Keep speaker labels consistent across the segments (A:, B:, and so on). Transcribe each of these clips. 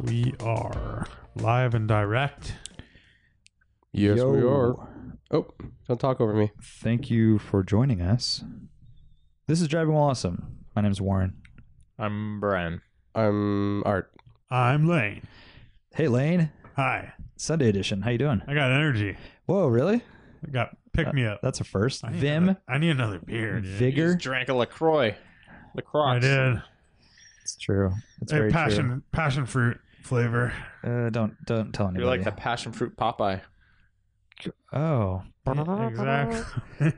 A: We are live and direct.
B: Yes,
C: we are. Oh, don't talk over me.
D: Thank you for joining us. This is Driving While Awesome. My name is Warren.
E: I'm Brian.
C: I'm Art.
A: I'm Lane.
D: Hey Lane,
A: Hi.
D: Sunday edition. How you doing?
A: I got energy.
D: Whoa, really?
A: I got pick me up.
D: That's a first.
A: I need
D: Vim,
A: another- I need another beer. dude.
E: You
D: vigor.
E: just drank a Lacroix. Lacroix.
A: I did.
D: It's true. It's
A: Hey,
D: very
A: passion passion fruit flavor.
D: true. Uh, don't don't tell anybody.
E: You're like the passion fruit Popeye.
D: Oh,
A: exactly.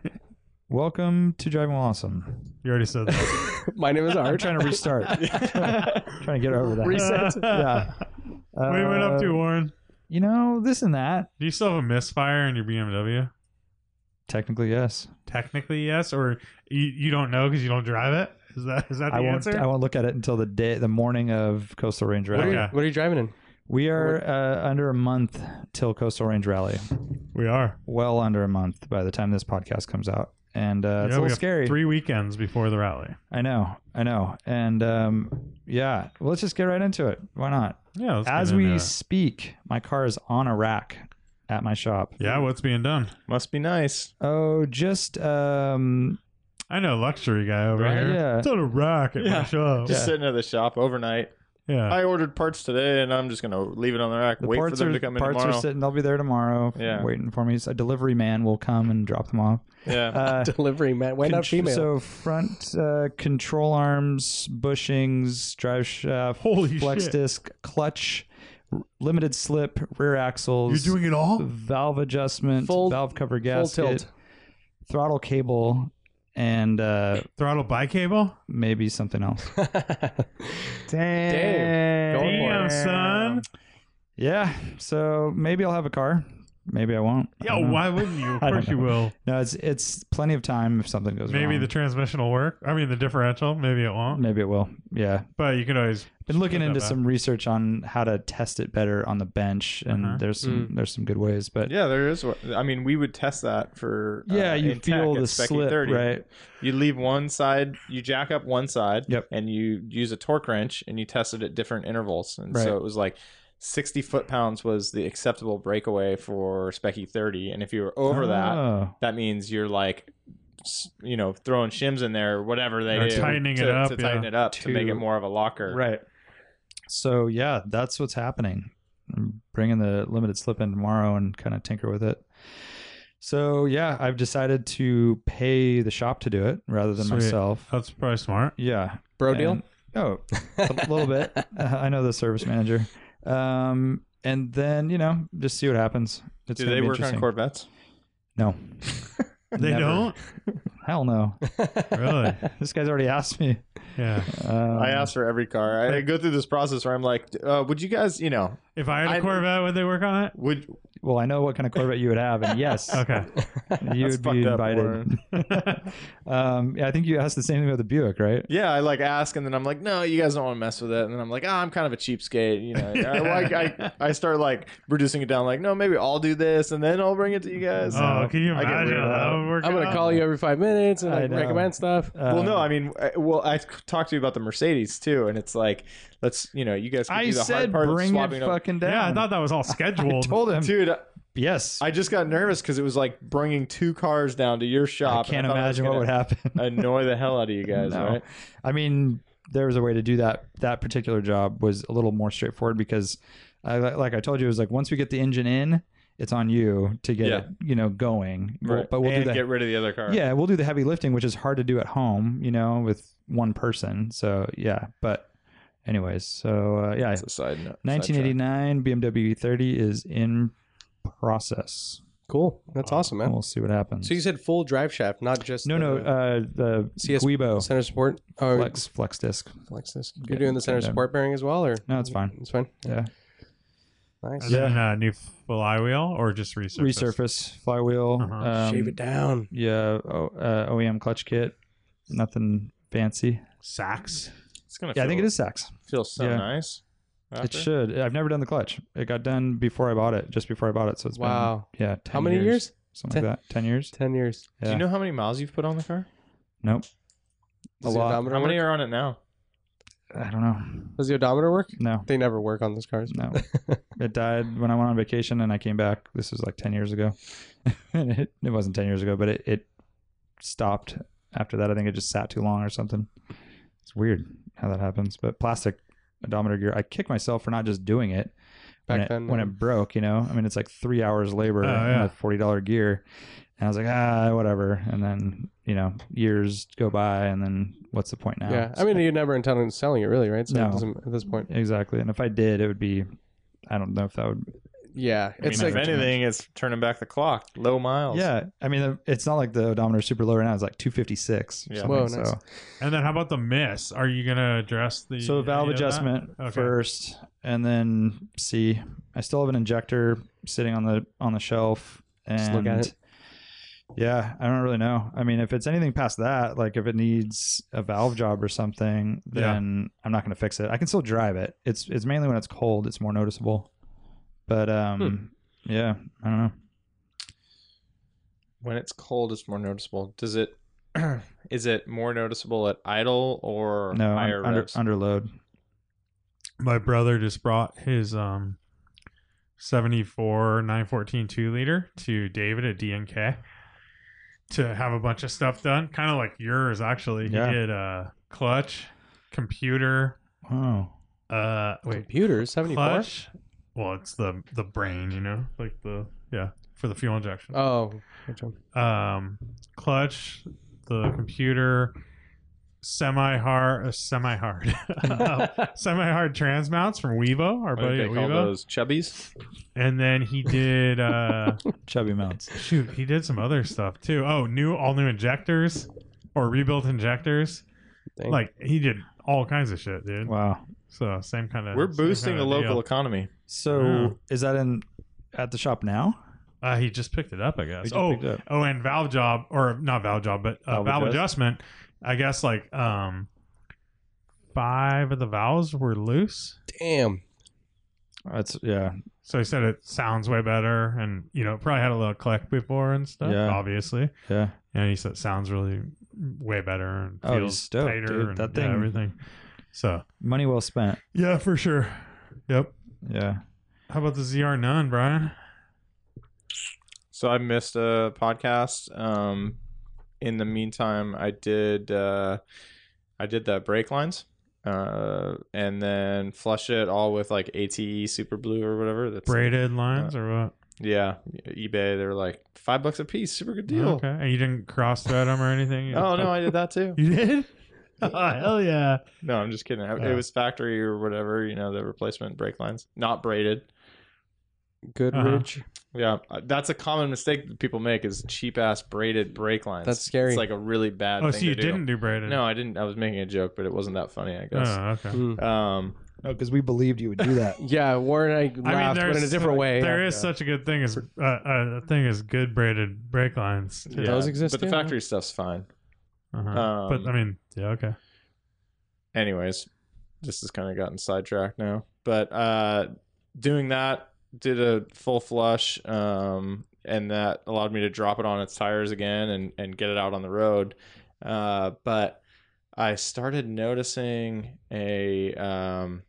D: welcome to Driving While Awesome.
A: you already said that.
C: My name is
D: I'm
C: Art.
D: trying to restart. trying to get over that. Yeah. Uh,
A: what are you went up to, Warren?
D: You know, this and that.
A: Do you still have a misfire in your BMW?
D: Technically, yes.
A: Technically, yes, or you, you don't know because you don't drive it. Is that is that the
D: I won't.
A: answer?
D: I won't look at it until the day, the morning of Coastal Range
A: What
D: Rally.
A: are you-
C: What are you driving in?
D: We are uh, under a month till Coastal Range Rally.
A: we are.
D: Well under a month by the time this podcast comes out, and uh, it's
A: Yeah,
D: a
A: we
D: little
A: have
D: scary.
A: Three weekends before the rally.
D: I know, I know, and um, yeah. Well, let's just get right into it. Why not?
A: Yeah. let's
D: As
A: get
D: we
A: into it.
D: speak, my car is on a rack at my shop.
A: Yeah, what's being done?
E: Must be nice.
D: Oh, just um,
A: I know luxury guy over
E: Right?
A: here.
D: Yeah.
A: It's on a rack at my
E: Yeah.
D: Oh,
A: shop.
E: Just sitting at the shop overnight.
A: Yeah.
E: I ordered parts today, and I'm just gonna leave it on the rack.
D: the
E: wait for
D: parts
E: them
D: are
E: to come in
D: parts
E: tomorrow.
D: are sitting. They'll be there tomorrow,
E: Yeah.
D: waiting for me. A delivery man will come and drop them off.
E: yeah.
D: Uh,
C: Delivery man. Why not
D: Contr-
C: female?
D: So front uh, control arms, bushings, drive shaft,
A: Holy
D: flex
A: shit.
D: disc, clutch, r- limited slip, rear axles.
A: You're doing it
E: Oh.
A: all?
D: valve adjustment,
C: Full-
D: valve cover
C: Full
D: gasket,
C: tilt.
D: throttle cable, and uh,
A: Throttle by cable?
D: maybe something else.
E: Damn. Going for
A: Damn,
E: it.
A: son.
D: yeah. So maybe I'll have a car. Maybe I won't. I
A: Yo,
D: don't know.
A: why wouldn't you? Of
D: I don't
A: course you
D: know.
A: will.
D: No, it's it's plenty of time if something goes
A: Maybe
D: wrong.
A: the transmission will work. I mean, the differential. Maybe it won't.
D: Oh, maybe it will. Yeah.
A: But you can always.
D: been looking
A: Not
D: into
A: bad.
D: some research on how to test it better on the bench and
A: Uh-huh.
D: there's some
E: Mm.
D: there's some good ways but
E: Yeah, there is. one- I mean, we would test that for. uh,
D: yeah you
E: in tech
D: feel
E: at
D: the
E: Spec
D: slip
E: 30.
D: right
E: You leave one side. You jack up one side.
D: Yep.
E: And you use a torque wrench, and you test it at different intervals. And
D: Right.
E: so it was like. 60 foot pounds was the acceptable breakaway for Speccy 30. And if you were over that,
D: Oh.
E: that means you're like s- you know throwing shims in there or whatever they
A: Or
E: do
A: tightening
E: to,
A: it up,
E: to tighten
A: yeah.
E: it up to, make it
D: To-
E: more of a locker
D: right so yeah that's what's happening I'm bringing the limited slip in tomorrow and kind of tinker with it so yeah I've decided to pay the shop to do it rather than
A: Sweet. Oh.
D: myself
A: That's probably smart.
D: yeah
C: Bro deal?
D: And- oh a little bit Uh, I know the service manager um and then you know just see what happens it's
E: do
D: gonna
E: they
D: be
E: work on
D: interesting.
E: corvettes
D: No.
A: They
D: Never.
A: don't?
D: Hell no.
A: Really?
D: this guy's already asked me.
A: Yeah.
D: Um,
E: i asked for every car i go through this process where i'm like uh, would you guys you know
A: If I had a
E: I-
A: Corvette, would they work on it?
E: would
D: Well, I know what kind of Corvette you would have, and yes,
A: Okay.
D: you
E: That's
D: would be
E: fucked up,
D: invited. um, yeah, I think you asked the same thing about the Buick, right?
E: yeah i like ask and then i'm like no you guys don't want to mess with it and then i'm like oh, i'm kind of a cheapskate you know I, I, I start like reducing it down like no maybe i'll do this and then i'll bring it to you guys
A: Oh, can you
E: I get
A: imagine?
E: weirded
A: how That
E: out.
A: would work
C: I'm going to
A: out?
C: call you every five minutes and
D: I
C: like,
D: know.
C: recommend stuff.
E: well, no,
D: Um,
E: I mean, I, well, I talked to you about the Mercedes too, and it's like, let's, you know, you guys. Could
D: I
E: do the hard
D: said
E: part
D: bring
E: of
D: it
E: swapping up.
D: fucking down.
A: Yeah, I thought that was all
D: I
A: scheduled.
D: told him.
E: dude.
D: yes,
E: I just got nervous because it was like bringing two cars down to your
D: I
E: shop.
D: can't
E: and I thought I was
D: imagine what
E: gonna
D: would happen.
E: Annoy the hell out of you guys,
D: No.
E: right?
D: I mean, there was a way to do that. That particular job was a little more straightforward because, I, like I told you, it was like once we get the engine in, it's on you to get
E: Yeah.
D: it, you know, going. We'll-
E: Right.
D: But we'll
E: and
D: do that.
E: get rid of the other car.
D: Yeah, we'll do the heavy lifting, which is hard to do at home, you know, with one person. So yeah, but anyways, so uh, yeah,
E: It's a side note.
D: 1989 BMW 30 is in process.
C: Cool. That's awesome,
D: and
C: man.
D: we'll see what happens.
F: So you said full drive shaft, not just
D: no,
F: the
D: no, uh, the
F: CS
D: Guibo
F: center support or
D: flex flex disc.
F: flex disc.
D: Yeah,
F: You're doing the center
D: yeah.
F: support bearing as well, or
D: No, it's fine.
F: it's fine.
D: Yeah,
F: Nice.
A: As in a uh, new flywheel or just resurface?
D: resurface flywheel.
A: Uh-huh.
D: um,
F: Shave it down.
D: Yeah, o- uh, OEM clutch kit. Nothing fancy.
A: Sacks.
E: It's gonna.
D: Yeah,
E: feel,
D: I think it is Sachs.
E: Feel so
D: yeah.
E: nice.
D: It should. I've never done the clutch. It got done before I bought it, just before I bought it. So it's
F: Wow.
D: been yeah. 10
F: How many years?
D: Something like that. Ten years.
F: Ten years.
D: Yeah.
E: Do you know how many miles you've put on the car?
D: Nope.
F: Does the odometer
E: How
F: work?
E: many are on it now?
D: I don't know.
F: Does the odometer work?
D: No.
F: They never work on those cars.
D: No. it died when I went on vacation and I came back. This was like 10 years ago. and it, it wasn't 10 years ago, but it, it stopped after that. I think it just sat too long or something. It's weird how that happens. But plastic odometer gear, I kick myself for not just doing it. when
F: Back
D: it,
F: then,
D: when
F: yeah.
D: it broke, you know, I mean, it's like three hours labor
A: Oh,
D: and
A: yeah.
D: a forty dollar gear, and I was like, ah, whatever. And then, you know, years go by, and then what's the point now?
F: Yeah, I mean, you're never intending on selling it, really, right? So
D: No.
F: it doesn't, at this point,
D: exactly. And if I did, it would be, I don't know if that would
F: yeah,
E: I
F: it's
E: mean,
F: like
E: if anything, it's turning back the clock. Low miles.
D: Yeah, I mean, it's not like the odometer's super low right now. It's like 256.
E: Yeah.
D: Yeah.
F: Whoa,
D: so.
F: nice.
A: And then how about the miss? Are you gonna address the
D: so valve
A: any of that?
D: adjustment
A: Okay.
D: first, and then C. I still have an injector sitting on the on the shelf, and
F: Just look at it.
D: Yeah, I don't really know. I mean, if it's anything past that, like if it needs a valve job or something,
A: Yeah.
D: then I'm not going to fix it. I can still drive it. It's it's mainly when it's cold, it's more noticeable. But um,
A: Hmm.
D: yeah, I don't know.
E: When it's cold, it's more noticeable. Does it? is it more noticeable at idle or
D: No, un-
E: higher
D: under
E: revs?
D: under load.
A: My brother just brought his um 74 914 2 liter to David at DNK to have a bunch of stuff done, kind of like yours actually.
D: Yeah.
A: He did uh clutch, computer,
D: Oh,
A: uh wait,
F: computers. Seventy four.
A: clutch. Well, it's the the brain, you know, like the yeah, for the fuel injection.
F: Oh, which one?
A: um, clutch, the computer, semi hard, uh, semi hard, semi hard trans mounts from Wevo, our
E: What do
A: buddy
E: they
A: at
E: call
A: Wevo,
E: those chubbies?
A: and then he did uh,
D: chubby mounts.
A: shoot, he did some other stuff too. Oh, new all new injectors or rebuilt injectors,
F: Dang.
A: like he did all kinds of shit, dude.
D: Wow.
A: So same kind of
E: We're boosting the local economy.
D: So
A: Wow.
D: is that in at the shop now?
A: Uh, he just picked it up, I guess.
D: just
A: Oh,
D: picked it up.
A: oh, and valve job or not valve job, but uh,
D: Valve
A: valve,
D: adjust?
A: adjustment. I guess like um, five of the valves were loose,
F: damn.
D: That's yeah.
A: so he said it sounds way better, and you know it probably had a little click before and stuff,
D: Yeah.
A: obviously.
D: Yeah.
A: And he said it sounds really way better and
D: Oh, he's
A: feels
D: stoked,
A: tighter
D: dude.
A: and
D: That
A: yeah,
D: thing-
A: everything. So
D: Money well spent.
A: yeah, for sure. Yep.
D: Yeah.
A: How about the ZR9, Brian?
E: So I missed a podcast. Um, in the meantime, I did uh, I did the brake lines, uh, and then flush it all with like ATE Super Blue or whatever. That's
D: Uh,
A: Braided lines or what?
E: yeah, e-, eBay. They're like five bucks a piece. Super good deal.
A: Okay. And you didn't cross thread them or anything? You
E: Oh
A: just-
E: no, I did that too.
A: You did? Oh, hell yeah.
E: No, I'm just kidding. I-
A: Yeah.
E: It was factory or whatever. You know, the replacement brake lines, not braided.
F: Goodrich.
E: Yeah, uh, that's a common mistake that people make is cheap ass braided brake lines.
F: That's scary.
E: It's like a really bad.
A: Oh,
E: thing
A: so you
E: to do.
A: didn't do braided?
E: No, I didn't. I was making a joke, but it wasn't that funny, I guess.
A: Oh, okay.
F: Mm.
E: Um,
D: No, because we believed you would do that.
F: Yeah, Warren and I laughed, but in a
A: there's-
F: different way.
A: There
F: yeah.
A: is such a good thing as uh, uh, a thing as good braided brake lines.
F: Do those exist
E: But the
F: too?
E: factory stuff's fine.
A: Uh-huh.
E: Um,
A: but I mean, yeah, okay.
E: Anyways, this has kind of gotten sidetracked now. But uh, doing that did a full flush, um, and that allowed me to drop it on its tires again and and get it out on the road. Uh, but I started noticing a um,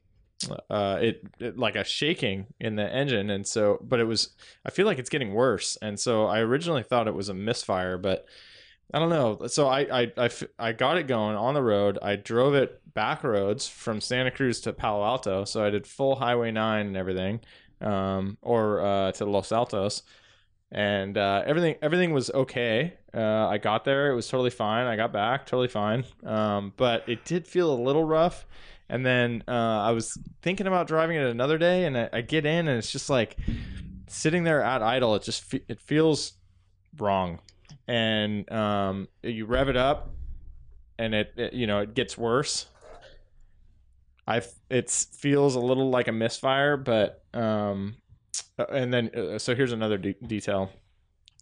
E: uh, it, it like a shaking in the engine, and so but it was I feel like it's getting worse, and so I originally thought it was a misfire, but I don't know. So I I I f- I got it going on the road. I drove it back roads from Santa Cruz to Palo Alto, so I did full Highway Nine and everything, um, or uh, to Los Altos. And uh, everything, everything was okay. Uh, I got there; it was totally fine. I got back, totally fine. Um, but it did feel a little rough. And then uh, I was thinking about driving it another day, and I, I get in, and it's just like sitting there at idle, it just fe- it feels wrong, and um, you rev it up, and it, it you know it gets worse. I it feels a little like a misfire, but um, and then uh, so here's another de- detail.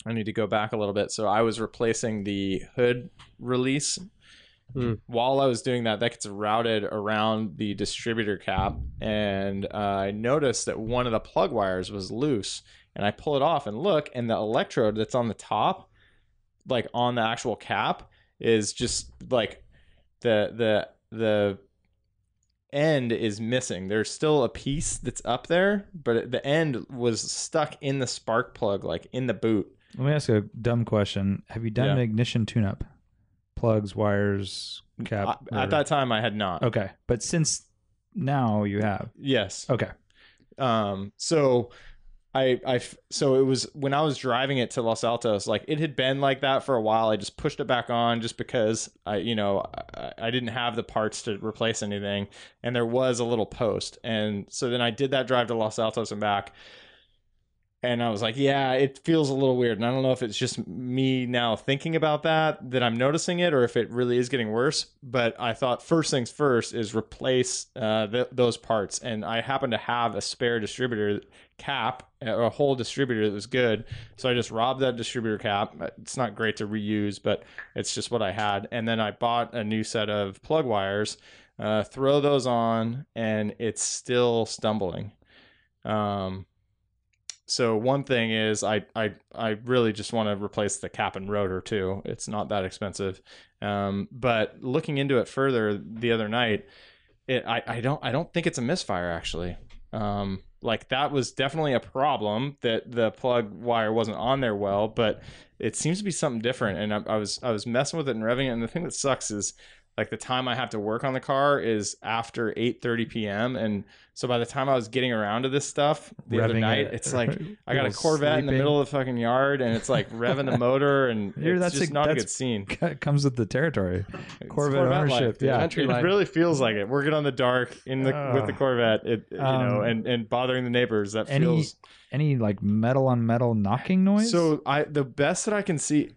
E: I need to go back a little bit. So I was replacing the hood release.
F: Hmm.
E: While I was doing that, that gets routed around the distributor cap, and uh, I noticed that one of the plug wires was loose. And I pull it off and look, and the electrode that's on the top, like on the actual cap, is just like the the the end is missing. There's still a piece that's up there, but the end was stuck in the spark plug, like in the boot.
D: Let me ask a dumb question. Have you done
E: Yeah.
D: an ignition tune-up? Plugs, wires,
E: I,
D: cap.
E: at
D: whatever.
E: that time, I had not.
D: Okay, but since now you have.
E: Yes.
D: Okay.
E: um so I, I f- so it was when I was driving it to Los Altos, like it had been like that for a while. I just pushed it back on just because I, you know, I, I didn't have the parts to replace anything, and there was a little post, and so then I did that drive to Los Altos and back, and I was like, yeah, it feels a little weird, and I don't know if it's just me now thinking about that that I'm noticing it, or if it really is getting worse. But I thought first things first is replace uh, th- those parts, and I happen to have a spare distributor cap uh, or a whole distributor that was good, so I just robbed that distributor cap. It's not great to reuse, but it's just what I had, and then I bought a new set of plug wires. Uh, throw those on, and it's still stumbling. Um, so one thing is I I I really just want to replace the cap and rotor too. It's not that expensive. Um, but looking into it further the other night, it I, I don't I don't think it's a misfire actually. Um, like that was definitely a problem that the plug wire wasn't on there well, but it seems to be something different. And I, I was I was messing with it and revving it, and the thing that sucks is like the time I have to work on the car is after 8:30 p.m. and so by the time I was getting around to this stuff the other
D: Revving
E: night,
D: it.
E: it's like I got a
D: People
E: Corvette in the
D: sleeping.
E: middle of the fucking yard, and it's like revving the motor, and
D: Dude,
E: it's
D: that's
E: just
D: a-
E: not a
D: that's-
E: good scene.
D: It comes with the territory.
E: It's
D: Corvette
E: life,
D: ownership,
E: dude.
D: yeah.
F: Country
E: it
F: life.
E: really feels like it. Working on the dark in the with the
D: Ugh.
E: Corvette, it, you know,
D: Um,
E: and and bothering the neighbors. That
D: any
E: feels
D: Any like metal on metal knocking noise?
E: so. I the best that I can see,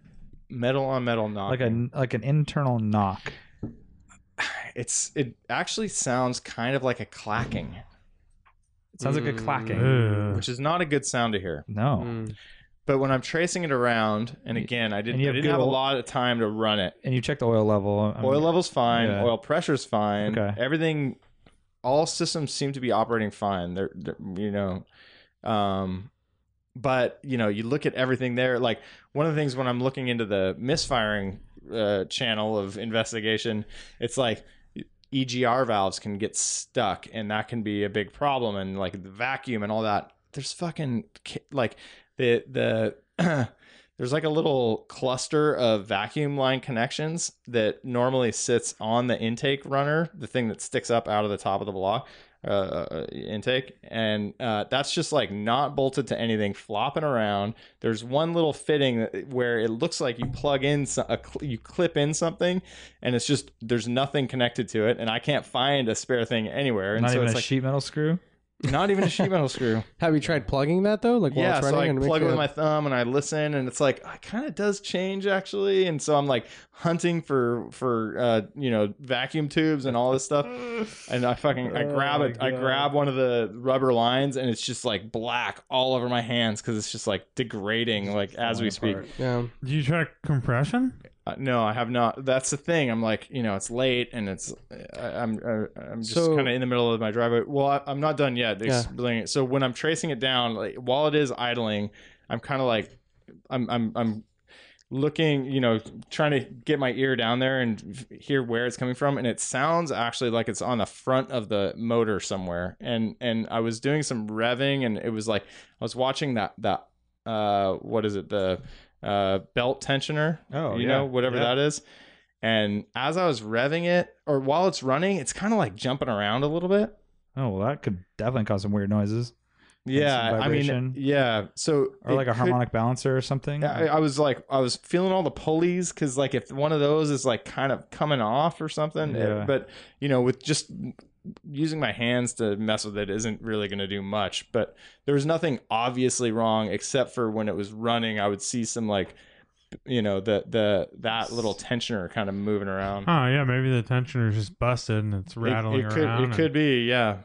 E: metal on metal knock.
D: like a like an internal knock.
E: it's it actually sounds kind of like a clacking,
D: It sounds like a
F: Mm.
D: clacking.
A: Ugh.
E: which is not a good sound to hear.
D: No.
F: Mm.
E: But when I'm tracing it around, and again, I didn't,
D: you
E: I
D: have
E: didn't have a
D: Google-
E: lot of time to run it.
D: And you check the oil level. I'm-
E: oil level's fine.
D: yeah.
E: Oil pressure's fine.
D: Okay.
E: Everything, all systems seem to be operating fine. They're, they're you know, um, but you know, you look at everything there. Like one of the things when I'm looking into the misfiring uh, channel of investigation, it's like EGR valves can get stuck, and that can be a big problem. And like the vacuum and all that. There's fucking ca- like the the there's like a little cluster of vacuum line connections that normally sits on the intake runner, the thing that sticks up out of the top of the block uh, uh, intake, and uh, that's just like not bolted to anything, flopping around. There's one little fitting that- where it looks like you plug in so- a cl- you clip in something, and it's just there's nothing connected to it, and I can't find a spare thing anywhere, and
D: Not
E: so
D: even
E: it's
D: a
E: like
D: sheet metal screw.
E: not even a sheet metal screw
F: Have you tried plugging that though? Like while
E: yeah,
F: it's
E: so
F: running
E: I
F: and make
E: plug it with
F: sure that-
E: my thumb and I listen, and it's like it kind of does change actually. And so I'm like hunting for for uh, you know vacuum tubes and all this stuff, and I fucking I
A: Oh
E: grab
A: my
E: it, I
A: God.
E: grab one of the rubber lines, and it's just like black all over my hands because it's just like degrading like as we speak.
F: Yeah.
A: Do you try compression?
E: Uh, no, I have not. That's the thing. I'm like, you know, it's late and it's, I, I'm, I, I'm just
F: So-
E: kind of in the middle of my driveway. Well, I, I'm not done yet. Explaining it. So when I'm tracing it down, like while it is idling, I'm kind of like, I'm, I'm, I'm looking, you know, trying to get my ear down there and f- hear where it's coming from. And it sounds actually like it's on the front of the motor somewhere. And, and I was doing some revving and it was like, I was watching that, that, uh, what is it? The, uh, belt tensioner.
D: Oh,
E: you
D: yeah.
E: know whatever
D: Yeah.
E: that is. And as I was revving it, or while it's running, it's kind of like jumping around a little bit.
D: Oh well, that could definitely cause some weird noises,
E: Yeah,
D: some
E: I mean,
D: vibration.
E: yeah. So
D: or
E: it
D: like a
E: could-
D: harmonic balancer or something.
E: I, I was like, I was feeling all the pulleys because like if one of those is like kind of coming off or something,
D: Yeah.
E: but you know, with just using my hands to mess with it isn't really going to do much. But there was nothing obviously wrong except for when it was running, I would see some like, you know, the the that little tensioner kind of moving around.
A: Oh yeah, maybe the tensioner's just busted and it's
E: It-
A: rattling
E: it, could,
A: around.
E: It could be, yeah.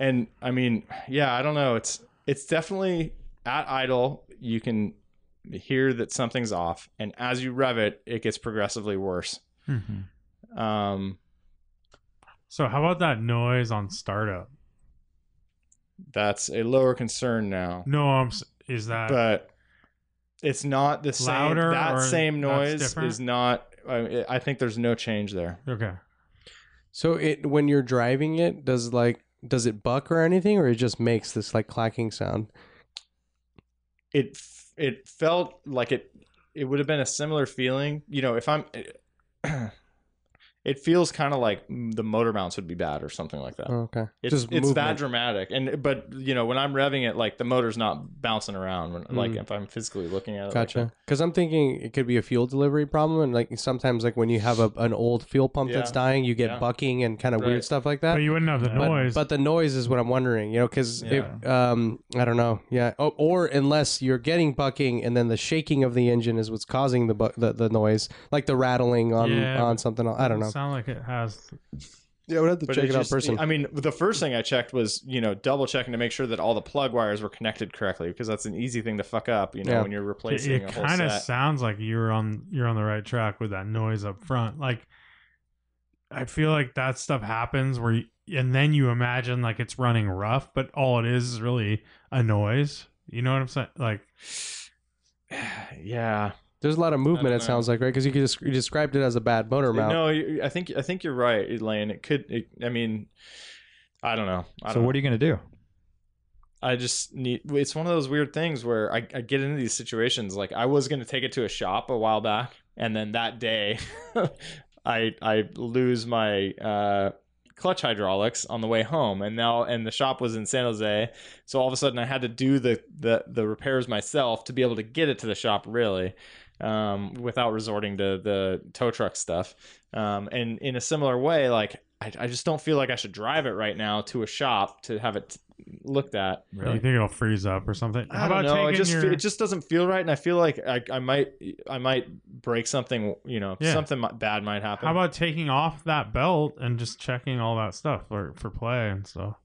E: And I mean, yeah, I don't know. It's it's definitely at idle. You can hear that something's off, and as you rev it, it gets progressively worse.
A: and- Mhm.
E: Um,
A: So how about that noise on startup?
E: that's a lower concern now,
A: No, I'm, s- is that
E: but it's not the same.
A: Louder or
E: that same
A: that's
E: noise
A: different?
E: is not. I, I think there's no change there.
A: okay?
F: So it when you're driving it, does like does it buck or anything, or it just makes this like clacking sound?
E: it f- it felt like it it would have been a similar feeling you know if i'm it, feels kind of like the motor mounts would be bad or something like that
F: Oh, Okay,
E: it's,
F: Uh, just
E: it's that
F: movement.
E: dramatic and but you know when i'm revving it like the motor's not bouncing around when, like
F: Mm.
E: if i'm physically looking at it like
F: Gotcha. Because I'm thinking it could be a fuel delivery problem, and like sometimes like when you have a, an old fuel pump that's
E: Yeah.
F: dying, you get
E: Yeah.
F: bucking and kind of
E: Right.
F: weird stuff like that.
A: But you wouldn't have the
D: But-
A: noise.
F: But the noise is what I'm wondering, you know, because um, I don't know, yeah, oh, or unless you're getting bucking and then the shaking of the engine is what's causing the bu- the, the noise, like the rattling on
A: Yeah,
F: on
A: but
F: something. Else. I don't
A: Doesn't
F: know.
A: Sound like it has.
F: Yeah, we'd have to
E: But
F: check it, out
E: just-
F: person.
E: I mean, the first thing I checked was, you know, double checking to make sure that all the plug wires were connected correctly because that's an easy thing to fuck up, you know,
F: Yeah.
E: when you're
A: It,
E: replacing a whole
A: kind of
E: set.
A: sounds like you're on you're on the right track with that noise up front. Like I feel like that stuff happens where you, and then you imagine like it's running rough, but all it is is really a noise. You know what I'm saying? Like
E: yeah.
F: There's a lot of movement.
E: don't
F: It
E: know.
F: sounds like right because you, could just, you described it as a bad motor mount.
E: No, you- I think I think you're right, Elaine. It could. It, I mean, I don't know. I
D: so
E: don't
D: what are you gonna do?
E: I just need. It's one of those weird things where I, I get into these situations. Like I was going to take it to a shop a while back, and then that day, I I lose my uh, clutch hydraulics on the way home, and now and the shop was in San Jose, so all of a sudden I had to do the the the repairs myself to be able to get it to the shop really, um, without resorting to the tow truck stuff. Um, and in a similar way, like. I, I just don't feel like I should drive it right now to a shop to have it looked at.
A: you think it'll freeze up or something?
E: I don't know. It
A: taking
E: just
A: your-
E: fe- it just doesn't feel right, and I feel like I, I might I might break something. You know,
A: Yeah.
E: something mi- bad might happen.
A: How about taking off that belt and just checking all that stuff for for play and stuff?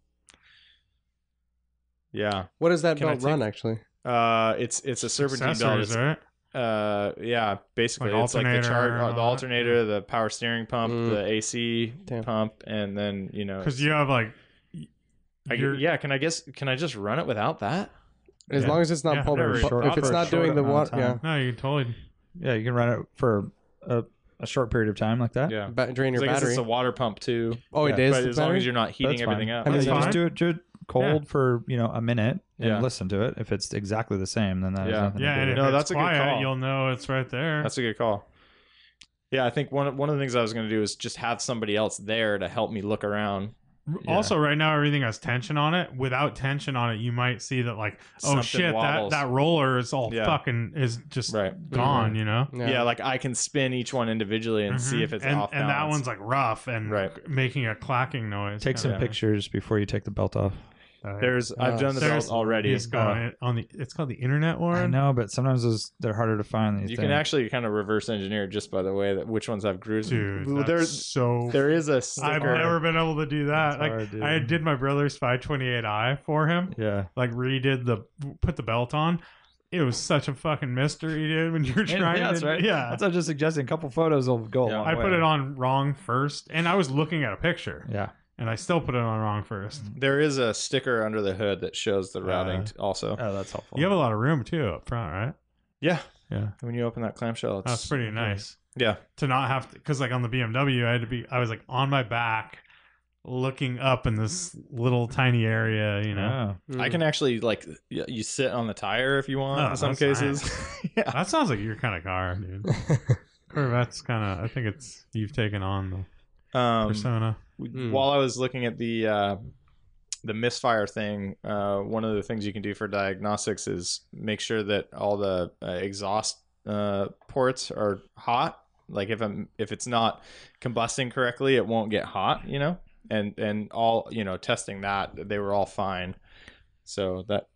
E: yeah?
F: What does that
E: Can I
F: belt run actually?
E: Uh, it's it's a serpentine belt.
A: Accessories,
E: It's,
A: right?
E: Uh, yeah, basically
A: Like
E: it's like the
A: alternator
E: chart,
A: and all
E: the
A: that.
E: alternator, the power steering pump,
F: Mm.
E: the AC
F: Damn.
E: pump, and then you know,
A: Because you have like, y-
E: I,
A: you're-
E: yeah. Can I guess? Can I just run it without that?
F: As
A: Yeah.
F: long as it's not
A: Yeah,
F: pulling,
E: very short-
F: if it's
E: for a
F: not
E: short
F: doing the
D: amount of
F: water, yeah,
D: time.
A: no, you can totally.
D: Yeah, you can run it for a, a short period of time like that.
E: Yeah.
F: ba- drain your
E: I guess
F: battery.
E: it's a water pump too.
F: oh, it
D: yeah,
F: is.
E: but
F: the
E: as long
F: battery?
E: as you're not heating
D: That's
E: everything
D: fine.
E: up.
D: I mean,
A: That's
D: you just
A: fine.
D: do it, do it cold for you know a minute and
E: Yeah.
D: listen to it. If it's exactly the same, then that
E: Yeah.
D: has nothing
A: Yeah,
D: to
A: and
D: do
A: if
D: with
E: No,
A: it's
E: that's a good
A: quiet,
E: call.
A: You'll know it's right there.
E: That's a good call. Yeah, I think one one of the things I was going to do is just have somebody else there to help me look around.
A: R-
D: yeah.
A: Also, right now everything has tension on it. Without tension on it, you might see that like, oh
E: Something
A: shit,
E: wobbles.
A: that that roller is all
E: Yeah.
A: fucking is just
E: Right.
A: gone.
D: Mm-hmm.
A: You know.
E: Yeah. like I can spin each one individually and see
A: Mhm.
E: if it's
A: and,
E: off
A: and that
E: balance.
A: one's like rough and
E: Right.
A: making a clacking noise.
D: Take some
A: kinda.
D: pictures before you take the belt off.
A: Uh,
E: There's
F: Uh,
E: I've done this
A: seriously,
E: already.
A: He's gone
E: Uh,
A: it- on the. It's called the internet
D: I
A: Warren.
D: know, but sometimes those they're harder to find. These
E: You
D: things.
E: can actually kind of reverse engineer just by the way that which ones have grooves.
A: Dude,
E: Well,
A: that's
E: there's
A: so.
E: there is a
A: I've
E: sticker.
A: never been able to do
D: That's
A: that. Like
D: hard, dude.
A: I did my brother's 528i for him.
D: yeah.
A: Like redid the put the belt on. It was such a fucking mystery, dude. When you're
D: Yeah,
A: trying
D: that's
A: to,
D: right.
A: yeah,
D: That's what I'm just suggesting. A couple photos will go. a
E: Yeah.
D: long
A: I
D: way.
A: put it on wrong first, and I was looking at a picture,
D: Yeah.
A: and I still put it on wrong first.
E: There is a sticker under the hood that shows the routing t- also.
D: Oh, that's helpful.
A: You have a lot of room too up front, right?
E: yeah.
A: Yeah.
E: When you open that clamshell, it's
A: That's pretty nice
E: Yeah.
A: to not have to, because like on the BMW, I had to be, I was like on my back, looking up in this little tiny area, you know.
D: Yeah.
F: Mm.
E: I can actually like y- you sit on the tire if you want
A: Oh,
E: in some
A: that's
E: cases. yeah.
A: That sounds like your kind of car, dude. Corvette's kind of. I think it's you've taken on the
E: Um,
A: persona.
D: Hmm.
F: Mm.
E: While I was looking at the uh, the misfire thing, uh, one of the things you can do for diagnostics is make sure that all the uh, exhaust uh, ports are hot. Like if I'm if it's not combusting correctly, it won't get hot. You know, and and all you know testing that they were all fine. So that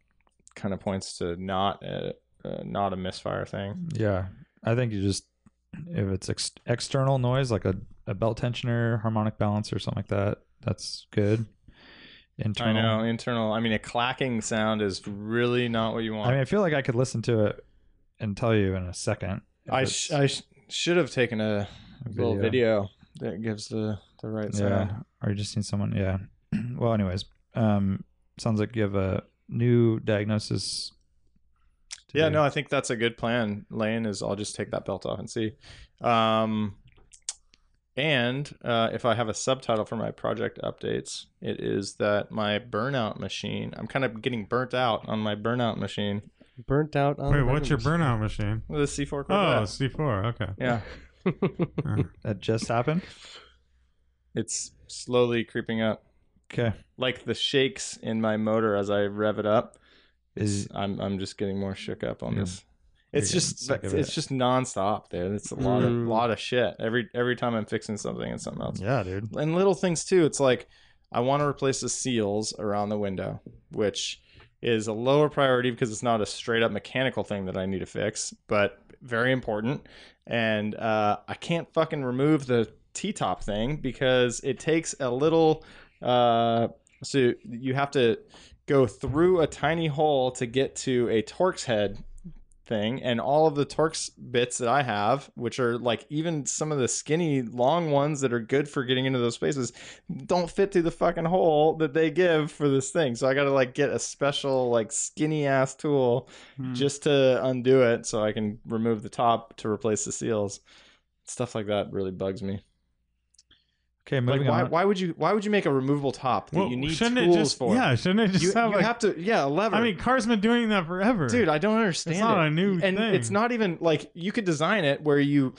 E: kind of points to not a, uh, not a misfire thing.
D: Yeah. I think you just, if it's ex- external noise, like a, a belt tensioner, harmonic balancer, something like that, that's good. Internal.
E: I know internal. I mean, a clacking sound is really not what you want.
D: I mean, I feel like I could listen to it and tell you in a second. if
E: I
D: it's
E: sh- I sh- should have taken a,
D: a
E: little video that gives the the right
D: Yeah.
E: sound.
D: Or you just need someone. Yeah. well, anyways, um, sounds like you have a new diagnosis. to
E: Yeah,
D: do.
E: no, I think that's a good plan. Lane is I'll just take that belt off and see. Um, and uh, if I have a subtitle for my project updates, it is that my burnout machine. I'm kind of getting burnt out on my burnout machine.
F: Burnt out. On
A: Wait,
F: the
A: what's your
F: burner
A: burnout machine?
E: The C4
A: Oh,
E: Corvette.
A: C4. Okay.
E: yeah.
D: That just happened.
E: It's slowly creeping up,
D: Okay.
E: like the shakes in my motor as I rev it up.
D: Is
E: I'm I'm just getting more shook up on
D: You're-
E: this. It's
D: you're getting
E: just
D: sick of
E: it's
D: it.
E: just nonstop, dude. It's a lot of
F: Mm.
E: lot of shit. Every every time I'm fixing something, it's something else.
D: yeah, dude.
E: and little things too. It's like I want to replace the seals around the window, which is a lower priority because it's not a straight up mechanical thing that I need to fix, but very important. And uh, I can't fucking remove the T top thing because it takes a little. Uh, so you have to go through a tiny hole to get to a Torx head thing and all of the Torx bits that I have, which are like even some of the skinny long ones that are good for getting into those spaces, don't fit through the fucking hole that they give for this thing. So I gotta like get a special like skinny ass tool
A: Hmm.
E: just to undo it so I can remove the top to replace the seals. Stuff like that really bugs me.
D: Okay,
E: Like
D: moving
E: why,
D: on.
E: why would you why would you make a removable top that
A: Well,
E: you need
A: shouldn't
E: tools
A: it just,
E: for?
A: Yeah, shouldn't it just
E: you,
A: have
E: you
A: like,
E: have to yeah, a lever.
A: I mean, cars been doing that forever.
E: Dude, I don't understand.
A: It's not
E: it.
A: a new
E: and
A: thing.
E: it's not even like you could design it where you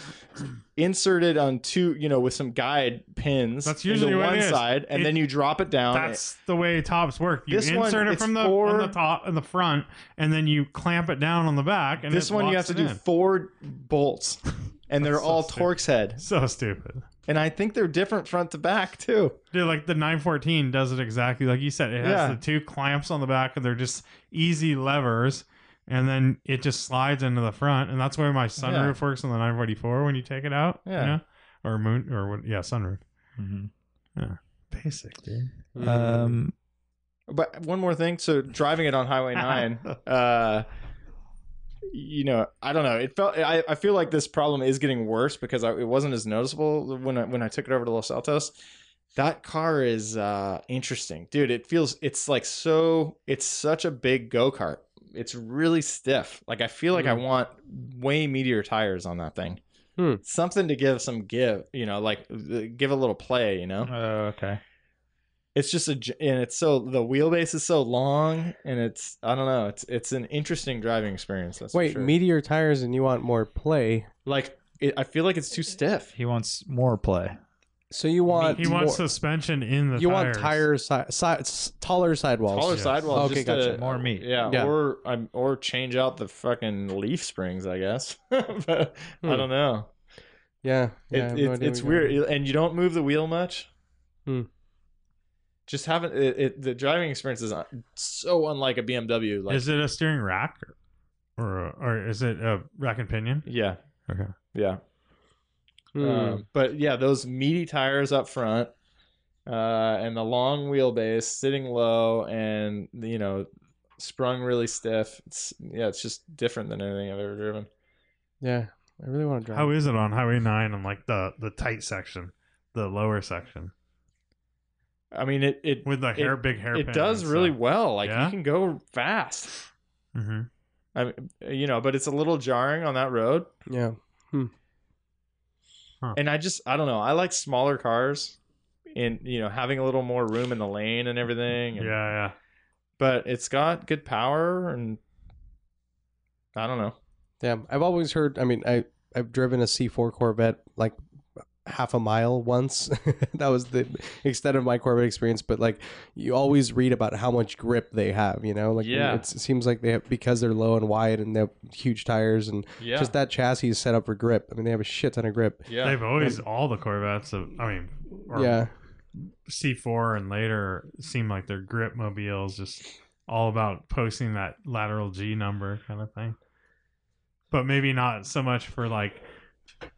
E: insert it on two, you know, with some guide pins.
A: That's
E: into
A: usually what
E: one
A: it is.
E: side, and
A: It-
E: then you drop it down.
A: That's the way tops work. You
E: This one,
A: insert it
E: it's
A: from the on
E: four-
A: the top and the front, and then you clamp it down on the back. And
E: this
A: it
E: one you have
A: locks
E: to
A: it
E: do
A: in.
E: four bolts, and they're
A: That's so
E: all
A: stupid.
E: Torx head,
A: So stupid.
E: and I think they're different front to back too.
A: Dude, like the 914 does it exactly like you said. It has
E: Yeah.
A: the two clamps on the back, and they're just easy levers. And then it just slides into the front, and that's where my sunroof works on the 944 when you take it out.
E: Yeah.
A: You know? Or moon, or what? Yeah, sunroof.
D: Mhm.
A: Basic, dude.
E: Mm-hmm.
D: Um,
E: But one more thing, so driving it on Highway Nine, uh, you know, I don't know. It felt I, I feel like this problem is getting worse because I, it wasn't as noticeable when I, when I took it over to Los Altos. That car is uh, interesting, dude. It feels it's like so. It's such a big go kart. It's really stiff. Like I feel like I want way meatier tires on that thing.
F: Hmm.
E: Something to give some give, you know, like uh, give a little play, you know
D: oh, okay.
E: it's just a j- and it's so the wheelbase is so long and it's I don't know it's it's an interesting driving experience. That's for
F: Wait,
E: sure.
F: meteor tires, and you want more play?
E: like it, I feel like it's too stiff.
D: He wants more play.
F: So you want
A: He wants
F: more,
A: suspension in the
F: you want
A: tires.
F: tire si- si- s- taller sidewalls.
E: Taller
A: yes.
E: sidewalls,
F: Okay,
E: just
F: gotcha.
E: to-
D: More meat.
E: Yeah,
F: Yeah.
E: or I'm or change out the fucking leaf springs, I guess. but I
F: Hmm.
E: don't know.
F: Yeah,
E: It,
F: yeah I have no
E: it-
F: idea
E: it's
F: where you're
E: weird, and you don't move the wheel much.
F: Hmm.
E: Just haven't it, it. The driving experience is uh, so unlike a BMW. Like,
A: is it a steering rack, or, or or is it a rack and pinion?
E: yeah,
A: Okay.
E: yeah.
F: going. Hmm.
E: Um, but yeah, those meaty tires up front, uh, and the long wheelbase sitting low, and you know, sprung really stiff. It's yeah, it's just different than anything I've ever driven.
F: yeah, I really want to drive.
A: How is it on Highway Nine and like the the tight section, the lower section
E: I mean, it it
A: with the hair, big hairpin?
E: it does really well. Like
A: Yeah?
E: you can go fast,
A: hmm
E: you know, but it's a little jarring on that road.
F: yeah,
E: And I just I don't know. I like smaller cars, and you know, having a little more room in the lane and everything.
A: Yeah,
E: and-
A: yeah.
E: but it's got good power, and I don't know.
F: yeah. I've always heard. I mean, I I've driven a C4 Corvette like half a mile once. that was the extent of my Corvette experience. But like, you always read about how much grip they have. You know, like
E: Yeah.
F: it's, it seems like they have because they're low and wide and they have huge tires and
E: Yeah.
F: just that chassis is set up for grip. I mean, they have a shit ton of grip.
E: yeah.
A: They've always all the Corvettes. Have, I mean, or
F: yeah,
A: C4 and later seem like their grip mobiles just all about posting that lateral G number kind of thing. But maybe not so much for like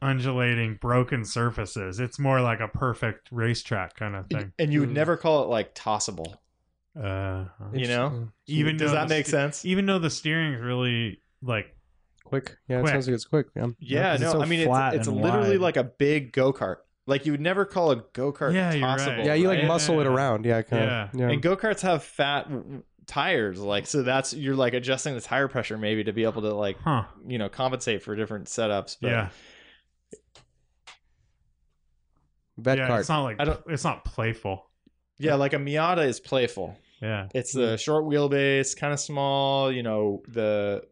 A: undulating broken surfaces. It's more like a perfect racetrack kind of thing.
E: And you would
F: Mm.
E: never call it like tossable.
A: Uh,
E: You know?
A: even
E: Does
A: though
E: that
A: the
E: make
A: sti-
E: sense?
A: Even though the steering is really like
F: Quick. Yeah,
A: Quick.
F: it sounds like it's quick. Yeah.
E: Yeah,
D: 'cause
E: no,
D: it's so
E: I mean
D: flat
E: it's, it's
D: and
E: literally
D: wide.
E: like a big go kart. Like you would never call a go kart
A: Yeah,
E: tossable.
A: you're right.
F: Yeah, you like
E: right?
F: muscle it around. Yeah, kind
A: Yeah.
F: of. Yeah.
E: And go karts have fat w- tires, like so that's you're like adjusting the tire pressure maybe to be able to like
A: huh.
E: you know compensate for different setups. But
A: Yeah.
F: Vet
A: yeah,
F: cart.
A: it's not like
E: I don't-
A: it's not playful.
E: yeah, like a Miata is playful.
A: Yeah.
E: It's the short wheelbase, kind of small. You know the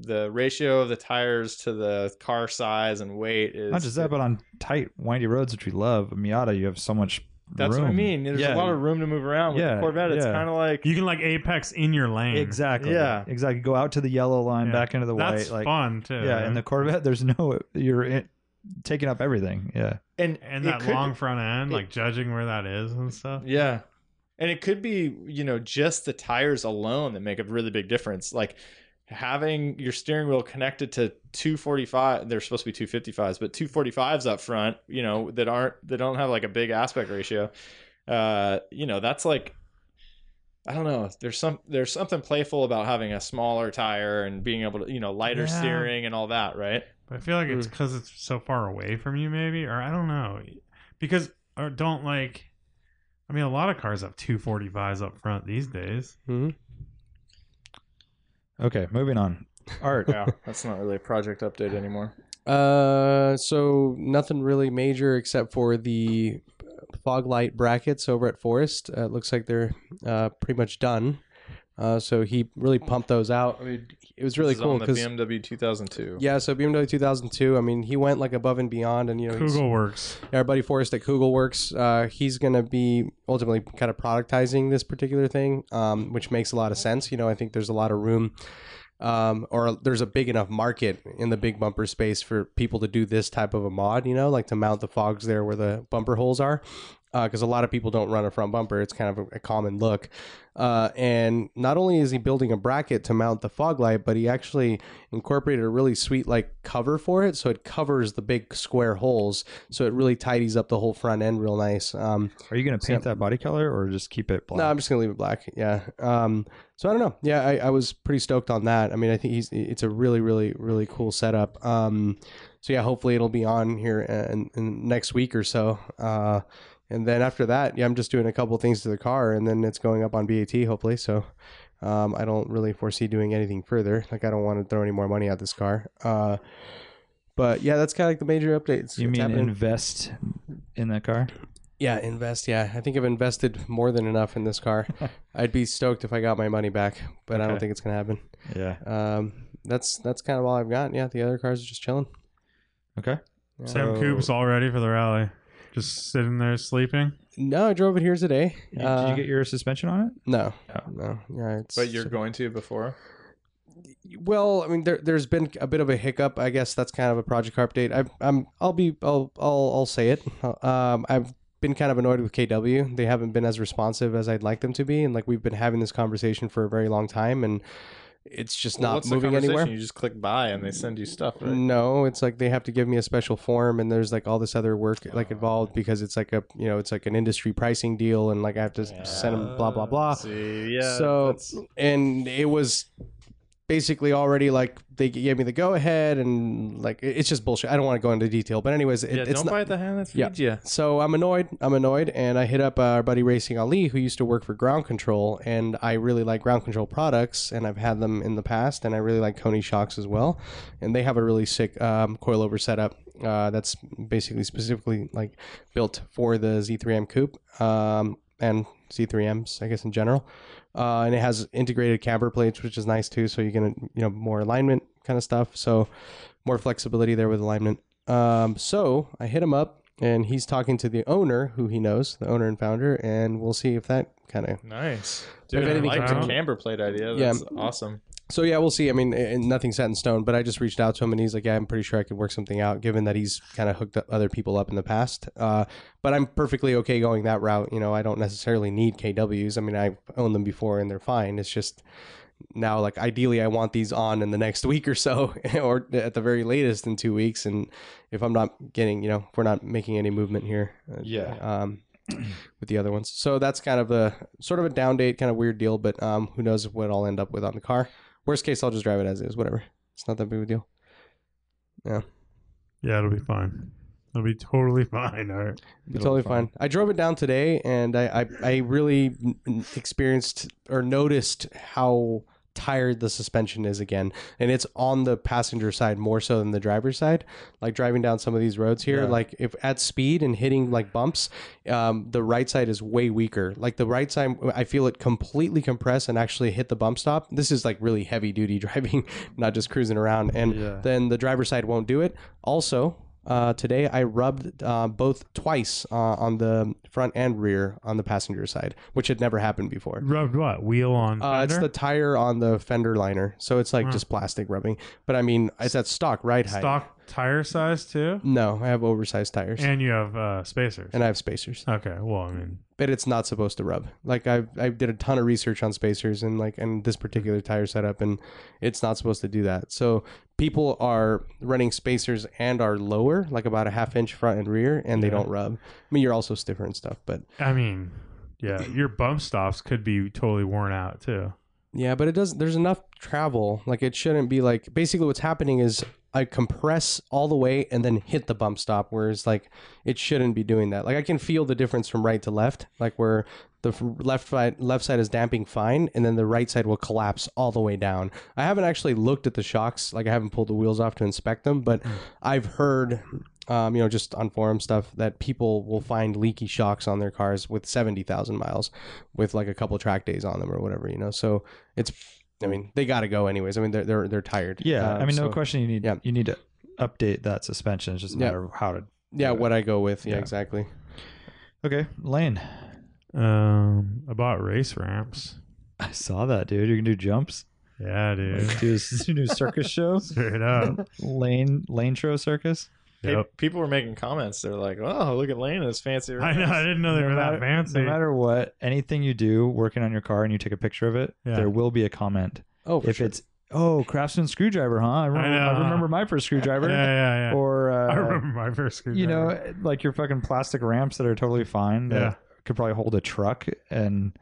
E: the ratio of the tires to the car size and weight is
D: Not just that, but on tight, windy roads, which we love, a Miata, you have so much.
E: that's what I
D: room.
E: mean. There's
D: Yeah.
E: a lot of room to move around with
D: Yeah,
E: the Corvette. It's
D: yeah.
E: kind of like
A: You can like apex in your lane.
D: Exactly.
E: Yeah.
D: Exactly. Go out to the yellow line,
A: Yeah.
D: back into the
A: That's
D: white. Like,
A: fun too.
D: yeah. And the Corvette, there's no. You're in, taking up everything. Yeah.
E: and
A: and
E: it
A: that
E: could-
A: long front end,
E: it-
A: like judging where that is and stuff.
E: Yeah. And it could be, you know, just the tires alone that make a really big difference. Like having your steering wheel connected to 245, they're supposed to be 255s, but 245s up front, you know, that aren't, that don't have like a big aspect ratio. Uh, you know, that's like, I don't know. There's some there's something playful about having a smaller tire and being able to, you know, lighter
A: Yeah.
E: steering and all that, right?
A: But I feel like
F: Mm.
A: it's because it's so far away from you, maybe, or I don't know, because or don't like. I mean, a lot of cars have two forty fives up front these days.
D: Okay. Moving on. Art.
E: Yeah, that's not really a project update anymore.
F: Uh, so nothing really major except for the fog light brackets over at Forest. Uh, it looks like they're uh, pretty much done. Uh, so he really pumped those out. I mean, it was really
E: This is
F: cool
E: on the
F: because
E: BMW 2002.
F: yeah. So BMW 2002. I mean, he went like above and beyond, and you know, he's-
A: Kugel works.
F: our buddy Forrest at Kugel Works, uh, he's going to be ultimately kind of productizing this particular thing, um, which makes a lot of sense. You know, I think there's a lot of room um, or there's a big enough market in the big bumper space for people to do this type of a mod, you know, like to mount the fogs there where the bumper holes are. Because a lot of people don't run a front bumper. It's kind of a, a common look. Uh, and not only is he building a bracket to mount the fog light, but he actually incorporated a really sweet like cover for it. So it covers the big square holes. So it really tidies up the whole front end real nice. Um,
D: Are you going to paint that body color or just keep it black?
F: no, I'm just gonna leave it black. Yeah. Um. So I don't know. Yeah, I, I was pretty stoked on that. I mean, I think he's it's a really, really, really cool setup. Um. So yeah, hopefully it'll be on here in, in next week or so. Uh. And then after that, yeah, I'm just doing a couple things to the car, and then it's going up on BAT hopefully. So. Um, I don't really foresee doing anything further. Like I don't want to throw any more money at this car. Uh, but yeah, that's kind of like the major updates.
D: you
F: It's
D: mean
F: happening.
D: invest in that car?
F: Yeah, invest. Yeah, I think I've invested more than enough in this car. I'd be stoked if I got my money back, but I don't
D: Okay.
F: think it's gonna happen.
D: Yeah.
F: Um, that's that's kind of all I've got. Yeah, the other cars are just chilling.
D: Okay.
F: Oh.
A: Sam Coops all ready for the rally, just sitting there sleeping.
F: No, I drove it here today.
D: You- Did
F: Uh,
D: you get your suspension on it?
F: no,
D: No.
F: no, yeah, it's.
E: But you're going to before?
F: well. I mean, there, there's been a bit of a hiccup. I guess that's kind of a project car update. I, I'm. I'll be. I'll. I'll. I'll say it. Um, I've been kind of annoyed with KW. They haven't been as responsive as I'd like them to be, and like we've been having this conversation for a very long time, and it's just
E: Well,
F: not
E: what's the
F: moving
E: conversation?
F: anywhere. Mm,
E: You just click buy and they send you stuff. Right?
F: No, it's like they have to give me a special form, and there's like all this other work
E: Oh.
F: like involved because it's like a you know it's like an industry pricing deal, and like I have to s send them blah blah blah.
E: See, yeah.
F: So-
E: that's-
F: And it was basically already like they gave me the go ahead, and like it- it's just bullshit. I don't want to go into detail, but anyways, it,
E: yeah,
F: it's
E: don't
F: not,
E: buy the hand that
F: Yeah.
E: feeds yeah.
F: so I'm annoyed. I'm annoyed, and I hit up uh, our buddy Racing Ali, who used to work for Ground Control, and I really like Ground Control products, and I've had them in the past, and I really like Coney shocks as well, and they have a really sick um, coilover setup uh, that's basically specifically like built for the Z3M Coupe um, and Z3Ms, I guess in general, uh, and it has integrated camber plates, which is nice too, so you can you know more alignment kind of stuff, so more flexibility there with alignment. Um, so I hit him up, and he's talking to the owner, who he knows, the owner and founder, and we'll see if that kind of
E: Nice. Dude,
F: If
E: I
F: anything
E: like
A: comes
E: the
A: out-
E: camber plate idea.
F: Yeah.
E: That's awesome.
F: So yeah, we'll see. I mean, and nothing's set in stone, but I just reached out to him and he's like, "Yeah, I'm pretty sure I could work something out." Given that he's kind of hooked up other people up in the past, uh, but I'm perfectly okay going that route. You know, I don't necessarily need KWs. I mean, I owned them before and they're fine. It's just now, like, ideally, I want these on in the next week or so, or at the very latest in two weeks. And if I'm not getting, you know, if we're not making any movement here, uh,
D: Yeah.
F: um, with the other ones. So that's kind of a sort of a down date, kind of weird deal. But um, who knows what I'll end up with on the car. Worst case, I'll just drive it as is. Whatever. It's not that big of a deal.
A: Yeah, it'll be fine. It'll be totally fine. All right.
F: It'll be totally fine. I drove it down today, and I I, I really n- n- experienced or noticed how tired the suspension is again, and it's on the passenger side more so than the driver's side. Like driving down some of these roads here, like if at speed and hitting like bumps, um, the right side is way weaker. Like the right side, I feel it completely compress and actually hit the bump stop. This is like really heavy duty driving, not just cruising around. And then the driver's side won't do it. Also, uh, today I rubbed uh, both twice uh, on the front and rear on the passenger side, which had never happened before.
A: Rubbed what? Wheel on.
F: Uh, it's
A: fender?
F: the tire on the fender liner, so it's like
A: Huh.
F: just plastic rubbing. But I mean, it's at stock ride height.
A: stock tire size too,
F: No, I have oversized tires, and,
A: and you have uh, spacers.
F: I have spacers,
A: okay, well, I mean,
F: but it's not supposed to rub. Like I, I did a ton of research on spacers and like and this particular tire setup, and it's not supposed to do that. So people are running spacers and are lower, like about a half inch front and rear, and they don't rub. I mean, you're also stiffer and stuff, but
A: I mean, yeah, your bump stops could be totally worn out too.
F: Yeah, but it does. There's enough travel. Like it shouldn't be like. Basically, what's happening is I compress all the way and then hit the bump stop. Whereas like it shouldn't be doing that. Like I can feel the difference from right to left. Like where the f- left side left side is damping fine, and then the right side will collapse all the way down. I haven't actually looked at the shocks. Like I haven't pulled the wheels off to inspect them, but
D: Mm.
F: I've heard. Um, you know, just on forum stuff that people will find leaky shocks on their cars with 70,000 miles with like a couple track days on them or whatever, you know. So it's, I mean, they got to go anyways. I mean, they're they're they're tired.
D: Yeah,
F: Um,
D: I mean, no
F: so-
D: question. You need
F: yeah.
D: you need to update that suspension. It's just a
F: Yeah.
D: matter of how to.
F: Yeah, what I go with. Yeah,
D: Yeah.
F: exactly.
D: Okay, Lane.
A: Um, I bought race ramps.
D: I saw that, dude. You can do jumps.
A: Yeah, dude.
D: Do a new circus show.
A: Straight up.
D: Lane Lane Tro Circus.
E: Pe-
A: Yep.
E: people were making comments. They're like, "Oh, look at Lane and his fancy."
A: I know. I didn't know they were that fancy.
D: No matter what, anything you do working on your car and you take a picture of it,
A: Yeah.
D: there will be a comment.
F: Oh, for
D: if
F: sure.
D: it's oh craftsman screwdriver, huh? I remember, I,
A: know, huh?
D: remember my first
A: yeah,
D: screwdriver.
A: yeah, yeah.
D: Or uh,
A: I remember my first.
D: you
A: screwdriver.
D: know, like your fucking plastic ramps that are totally fine.
A: Yeah.
D: That could probably hold a truck and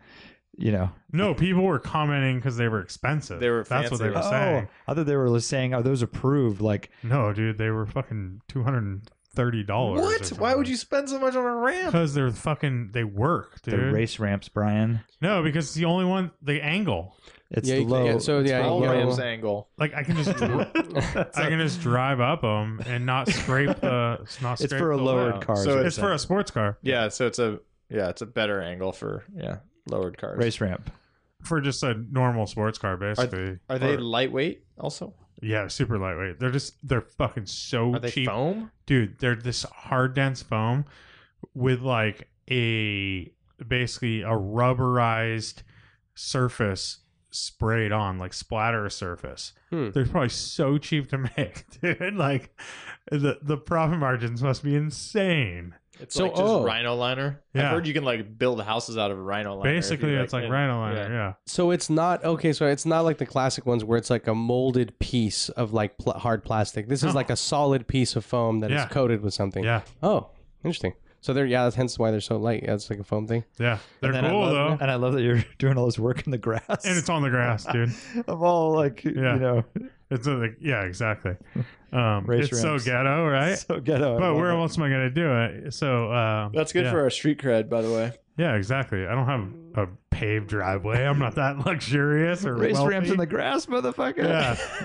D: you know
A: No, people were commenting because they were expensive.
E: They were
A: That's what
E: fancy
A: they were
E: ramps.
A: saying.
D: I thought Oh, they were just saying, "Are those approved?" Like,
A: No, dude, they were fucking two hundred and thirty dollars.
E: What? Why would you spend so much on a ramp?
A: Because they're fucking. They work, dude.
D: the race ramps, Brian.
A: No, because it's the only one. The angle.
D: It's
F: Yeah, you can-
D: low.
F: yeah, so
D: it's
F: yeah,
E: All
F: you
D: low.
F: know-
E: Rams angle.
A: Like I can just. I can just drive up them and not scrape the. Not
D: It's
A: scrape
D: for a
A: the
D: lowered
A: wall.
D: car. is
E: So
D: what
E: it's
D: you're
A: It's for
D: saying.
A: a sports car.
E: Yeah, so it's a yeah, it's a better angle for yeah lowered cars.
D: race ramp.
A: For just a normal sports car, basically.
E: Are they
A: Or-
E: lightweight also?
A: Yeah, super lightweight. They're just they're fucking so
E: Are they
A: cheap,
E: foam?
A: dude. They're this hard dense foam with like a basically a rubberized surface sprayed on, like splatter surface.
F: Hmm.
A: They're probably so cheap to make, dude. Like the the profit margins must be insane.
E: It's
F: So-
E: like just
F: oh.
E: rhino liner.
A: Yeah.
E: I've heard you can like build houses out of rhino liner. if you
A: Basically, it's like
E: and-
A: rhino liner.
E: yeah.
A: Yeah.
F: So it's not okay. So it's not like the classic ones where it's like a molded piece of like pl- hard plastic. This is
A: No.
F: like a solid piece of foam that is
A: Yeah.
F: coated with something.
A: Yeah.
F: Oh, interesting. So they're yeah, that's hence why they're so light. Yeah, it's like a foam thing.
A: Yeah. They're
D: and then I
A: cool, though.
D: love, And I love that you're doing all this work in the grass.
A: And it's on the grass, dude.
D: of all like
A: Yeah.
D: you know,
A: It's a, yeah, exactly. Um,
D: Race
A: it's
D: ramps.
A: so ghetto, right?
D: so ghetto. I
A: but
D: love
A: where
D: it.
A: else am I gonna do it? So uh,
E: That's good
A: yeah.
E: for our street cred, by the way.
A: yeah, exactly. I don't have a paved driveway. I'm not that luxurious or
D: race
A: wealthy.
D: ramps in the grass, motherfucker.
A: yeah.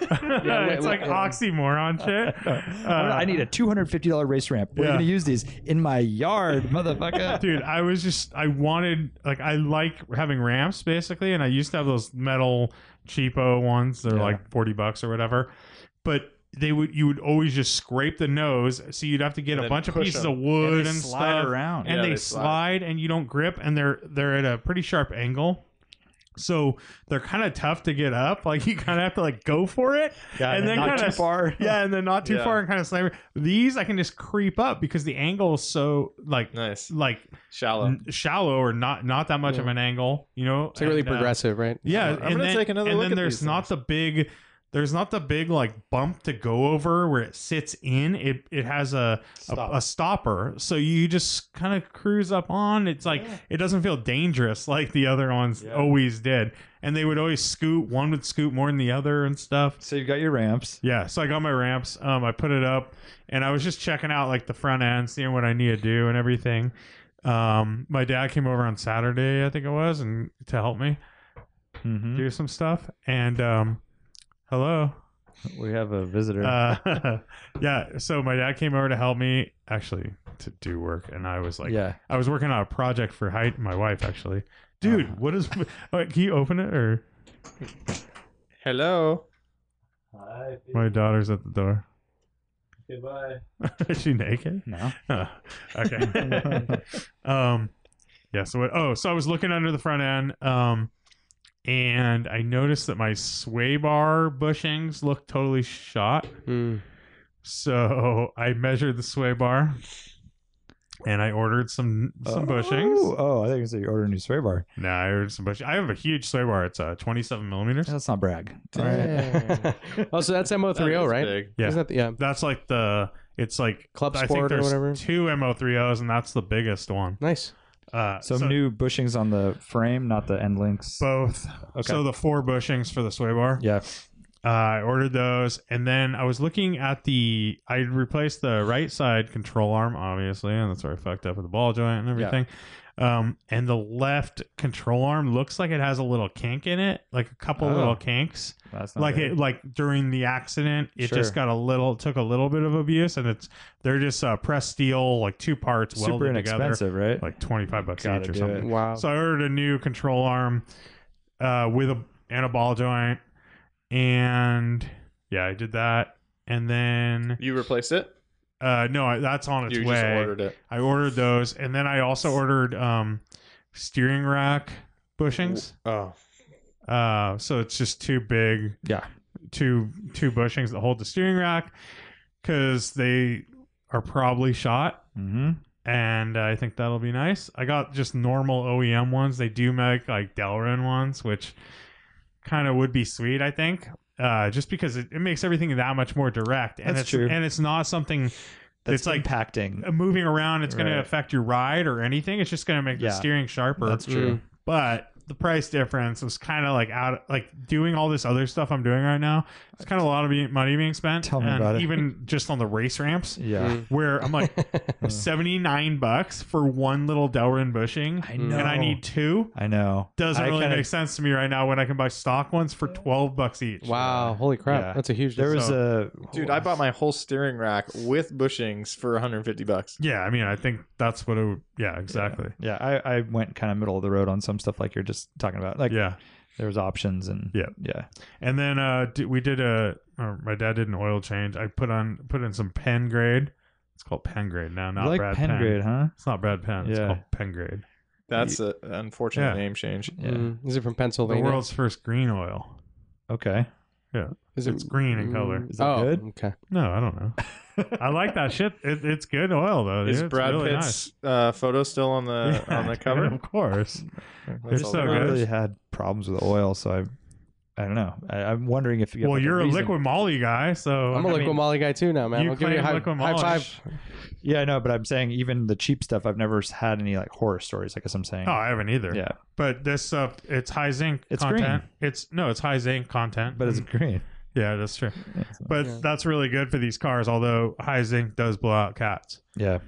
A: it's like
F: wait,
A: oxymoron shit. Uh,
D: I need a two hundred fifty dollar race ramp. We're
A: yeah.
D: gonna use these in my yard, motherfucker.
A: dude. I was just I wanted like I like having ramps basically, and I used to have those metal cheapo ones. They're
D: Yeah.
A: like forty bucks or whatever, but. They would you would always just scrape the nose, so you'd have to get
E: And
A: a
E: then
A: bunch of
E: push
A: pieces
E: them.
A: of wood and,
D: they slide
A: stuff.
D: around.
A: and
E: Yeah,
A: they,
E: they
A: slide.
E: slide.
A: and you don't grip and they're they're at a pretty sharp angle So they're kind of tough to get up. Like you kind of have to like go for it,
D: Yeah,
A: and then
D: not
A: kinda
D: too far.
A: yeah, and then not too
E: Yeah.
A: far and kind of slam it. These I can just creep up because the angle is so like
E: Nice.
A: like
E: Shallow.
A: n- shallow or not not that much of an angle. You know,
F: It's like really
A: And, uh,
F: progressive, right?
A: yeah,
E: I'm
A: and
E: gonna
A: then,
E: take another
A: and
E: look
A: then
E: at
A: there's
E: these
A: not the big, there's not the big like bump to go over where it sits in. It it has a a, a stopper, so you just kind of cruise up on. It's like it doesn't feel dangerous like the other ones always did, and they would always scoot. One would scoot more than the other and stuff.
D: So you've got your ramps.
A: Yeah, so I got my ramps. Um, I put it up, and I was just checking out like the front end, seeing what I need to do and everything. Um, my dad came over on Saturday, I think it was, and to help me
D: hmm
A: do some stuff. And um, hello,
D: We have a visitor.
A: uh, yeah. So my dad came over to help me actually to do work, and I was like,
D: yeah.
A: I was working on a project for height. My wife actually, dude,
D: Uh-huh.
A: what is? Wait, can you open it or
E: Hello.
A: my daughter's at the door?
G: Goodbye.
A: is she naked?
D: No.
A: Huh. okay. um, yeah. So what, oh, so I was looking under the front end, um, and I noticed that my sway bar bushings looked totally shot.
F: Mm.
A: So I measured the sway bar, and I ordered some some bushings.
D: Oh, oh, I think you said you ordered a new sway bar.
A: No, I ordered some bushings. I have a huge sway bar. It's uh, 27 millimeters.
D: That's not brag.
F: Dang. oh, so that's mo
E: That
F: three O,
E: is
F: right?
E: big.
A: Yeah.
F: Isn't that the, yeah.
A: That's like the it's like
F: Club
A: I think
F: Sport or
A: there's
F: whatever.
A: two MO3Os, and that's the biggest one.
F: Nice.
A: Uh,
D: Some new bushings on the frame, not the end links.
A: both.
D: okay.
A: So the four bushings for the sway bar.
D: yeah.
A: Uh, I ordered those, and then I was looking at the. I replaced the right side control arm, obviously, and that's where I fucked up with the ball joint and everything. Um, and the left control arm looks like it has a little kink in it, like a couple
D: Oh.
A: little kinks.
D: That's not
A: Like
D: good.
A: it, like during the accident, it
D: Sure.
A: just got a little, took a little bit of abuse, and it's they're just uh, pressed steel, like two parts
D: super
A: welded together,
D: inexpensive, right?
A: like twenty five bucks
D: Gotta
A: each or
D: do
A: something.
D: it.
F: Wow.
A: So I ordered a new control arm uh, with a and a ball joint, and yeah, I did that. And then
E: You replaced it?
A: uh, no, I- that's on its
E: you
A: way.
E: just ordered it.
A: I ordered those, and then I also ordered um, steering rack bushings.
E: Oh.
A: Uh, so it's just too big
D: yeah.
A: two two bushings that hold the steering rack because they are probably shot
D: Mm-hmm.
A: and I think that'll be nice. I got just normal OEM ones. They do make like Delrin ones, which kind of would be sweet, I think, uh, just because it, it makes everything that much more direct. And
D: That's
A: it's
D: true.
A: and it's not something
D: That's
A: It's like-
D: impacting.
A: uh, moving around. It's going
D: Right.
A: to affect your ride or anything. It's just going to make
D: Yeah.
A: the steering sharper.
D: That's true.
A: but the price difference was kind of like out like doing all this other stuff I'm doing right now. It's kind of a lot of be- money being spent.
D: Tell me
A: and
D: about it.
A: Even just on the race ramps
D: Yeah.
A: where I'm like 79 bucks for one little Delrin bushing
D: I know.
A: and I need two
D: I know.
A: doesn't
D: I
A: really
D: kinda-
A: make sense to me right now when I can buy stock ones for 12 bucks each.
F: Wow. Holy crap.
D: Yeah.
F: That's a huge
D: There was a
E: Dude, I bought my whole steering rack with bushings for 150 bucks.
A: Yeah, I mean, I think that's what it would. Yeah, exactly.
D: Yeah, I, I went kind of middle of the road on some stuff like you're just talking about. Like
A: yeah.
D: there was options and
A: Yeah.
D: yeah.
A: And then uh, d- we did a. Or my dad did an oil change. I put on put in some pen grade. It's called pen grade now, not
D: you like
A: Brad
D: pen
A: Penn.
D: grade, huh?
A: It's not Brad Penn. It's
D: Yeah.
A: called pen grade.
E: That's an unfortunate
A: Yeah.
E: name change.
D: Yeah.
F: Mm. Is it from
A: The
F: Pennsylvania?
A: world's first green oil.
D: Okay.
F: Is
A: It's green in color.
F: Mm.
D: Is that
F: oh,
D: good?
F: Okay.
A: No, I don't know. I like that shit. It, it's good oil though.
E: Is
A: dude. It's
E: Brad
A: really nice.
E: Pitt's uh, photo still on the on
A: Yeah,
E: the
A: dude,
E: cover?
A: Of course.
E: That's all
A: so
E: that
D: I
A: good.
E: matters.
D: really had problems with oil, so I I don't know. I, I'm wondering if you have,
A: well,
D: like,
A: you're a
D: reason-
A: liquid molly guy, so
F: I'm a
A: I
F: liquid
A: mean,
F: Molly guy too now, man.
A: you
F: I'll give you a
A: claim
F: high,
A: liquid
F: high
A: Molly.
F: five.
D: Yeah, I know, but I'm saying even the cheap stuff I've never had any like horror stories, I guess I'm saying.
A: Oh, I haven't either.
D: yeah.
A: But this stuff, it's high zinc
D: It's
A: content. It's no, it's high zinc content. Mm.
D: But it's green.
A: yeah, that's true.
D: Yeah, so-
A: But
F: Yeah.
A: that's really good for these cars. Although high zinc does blow out cats.
D: yeah.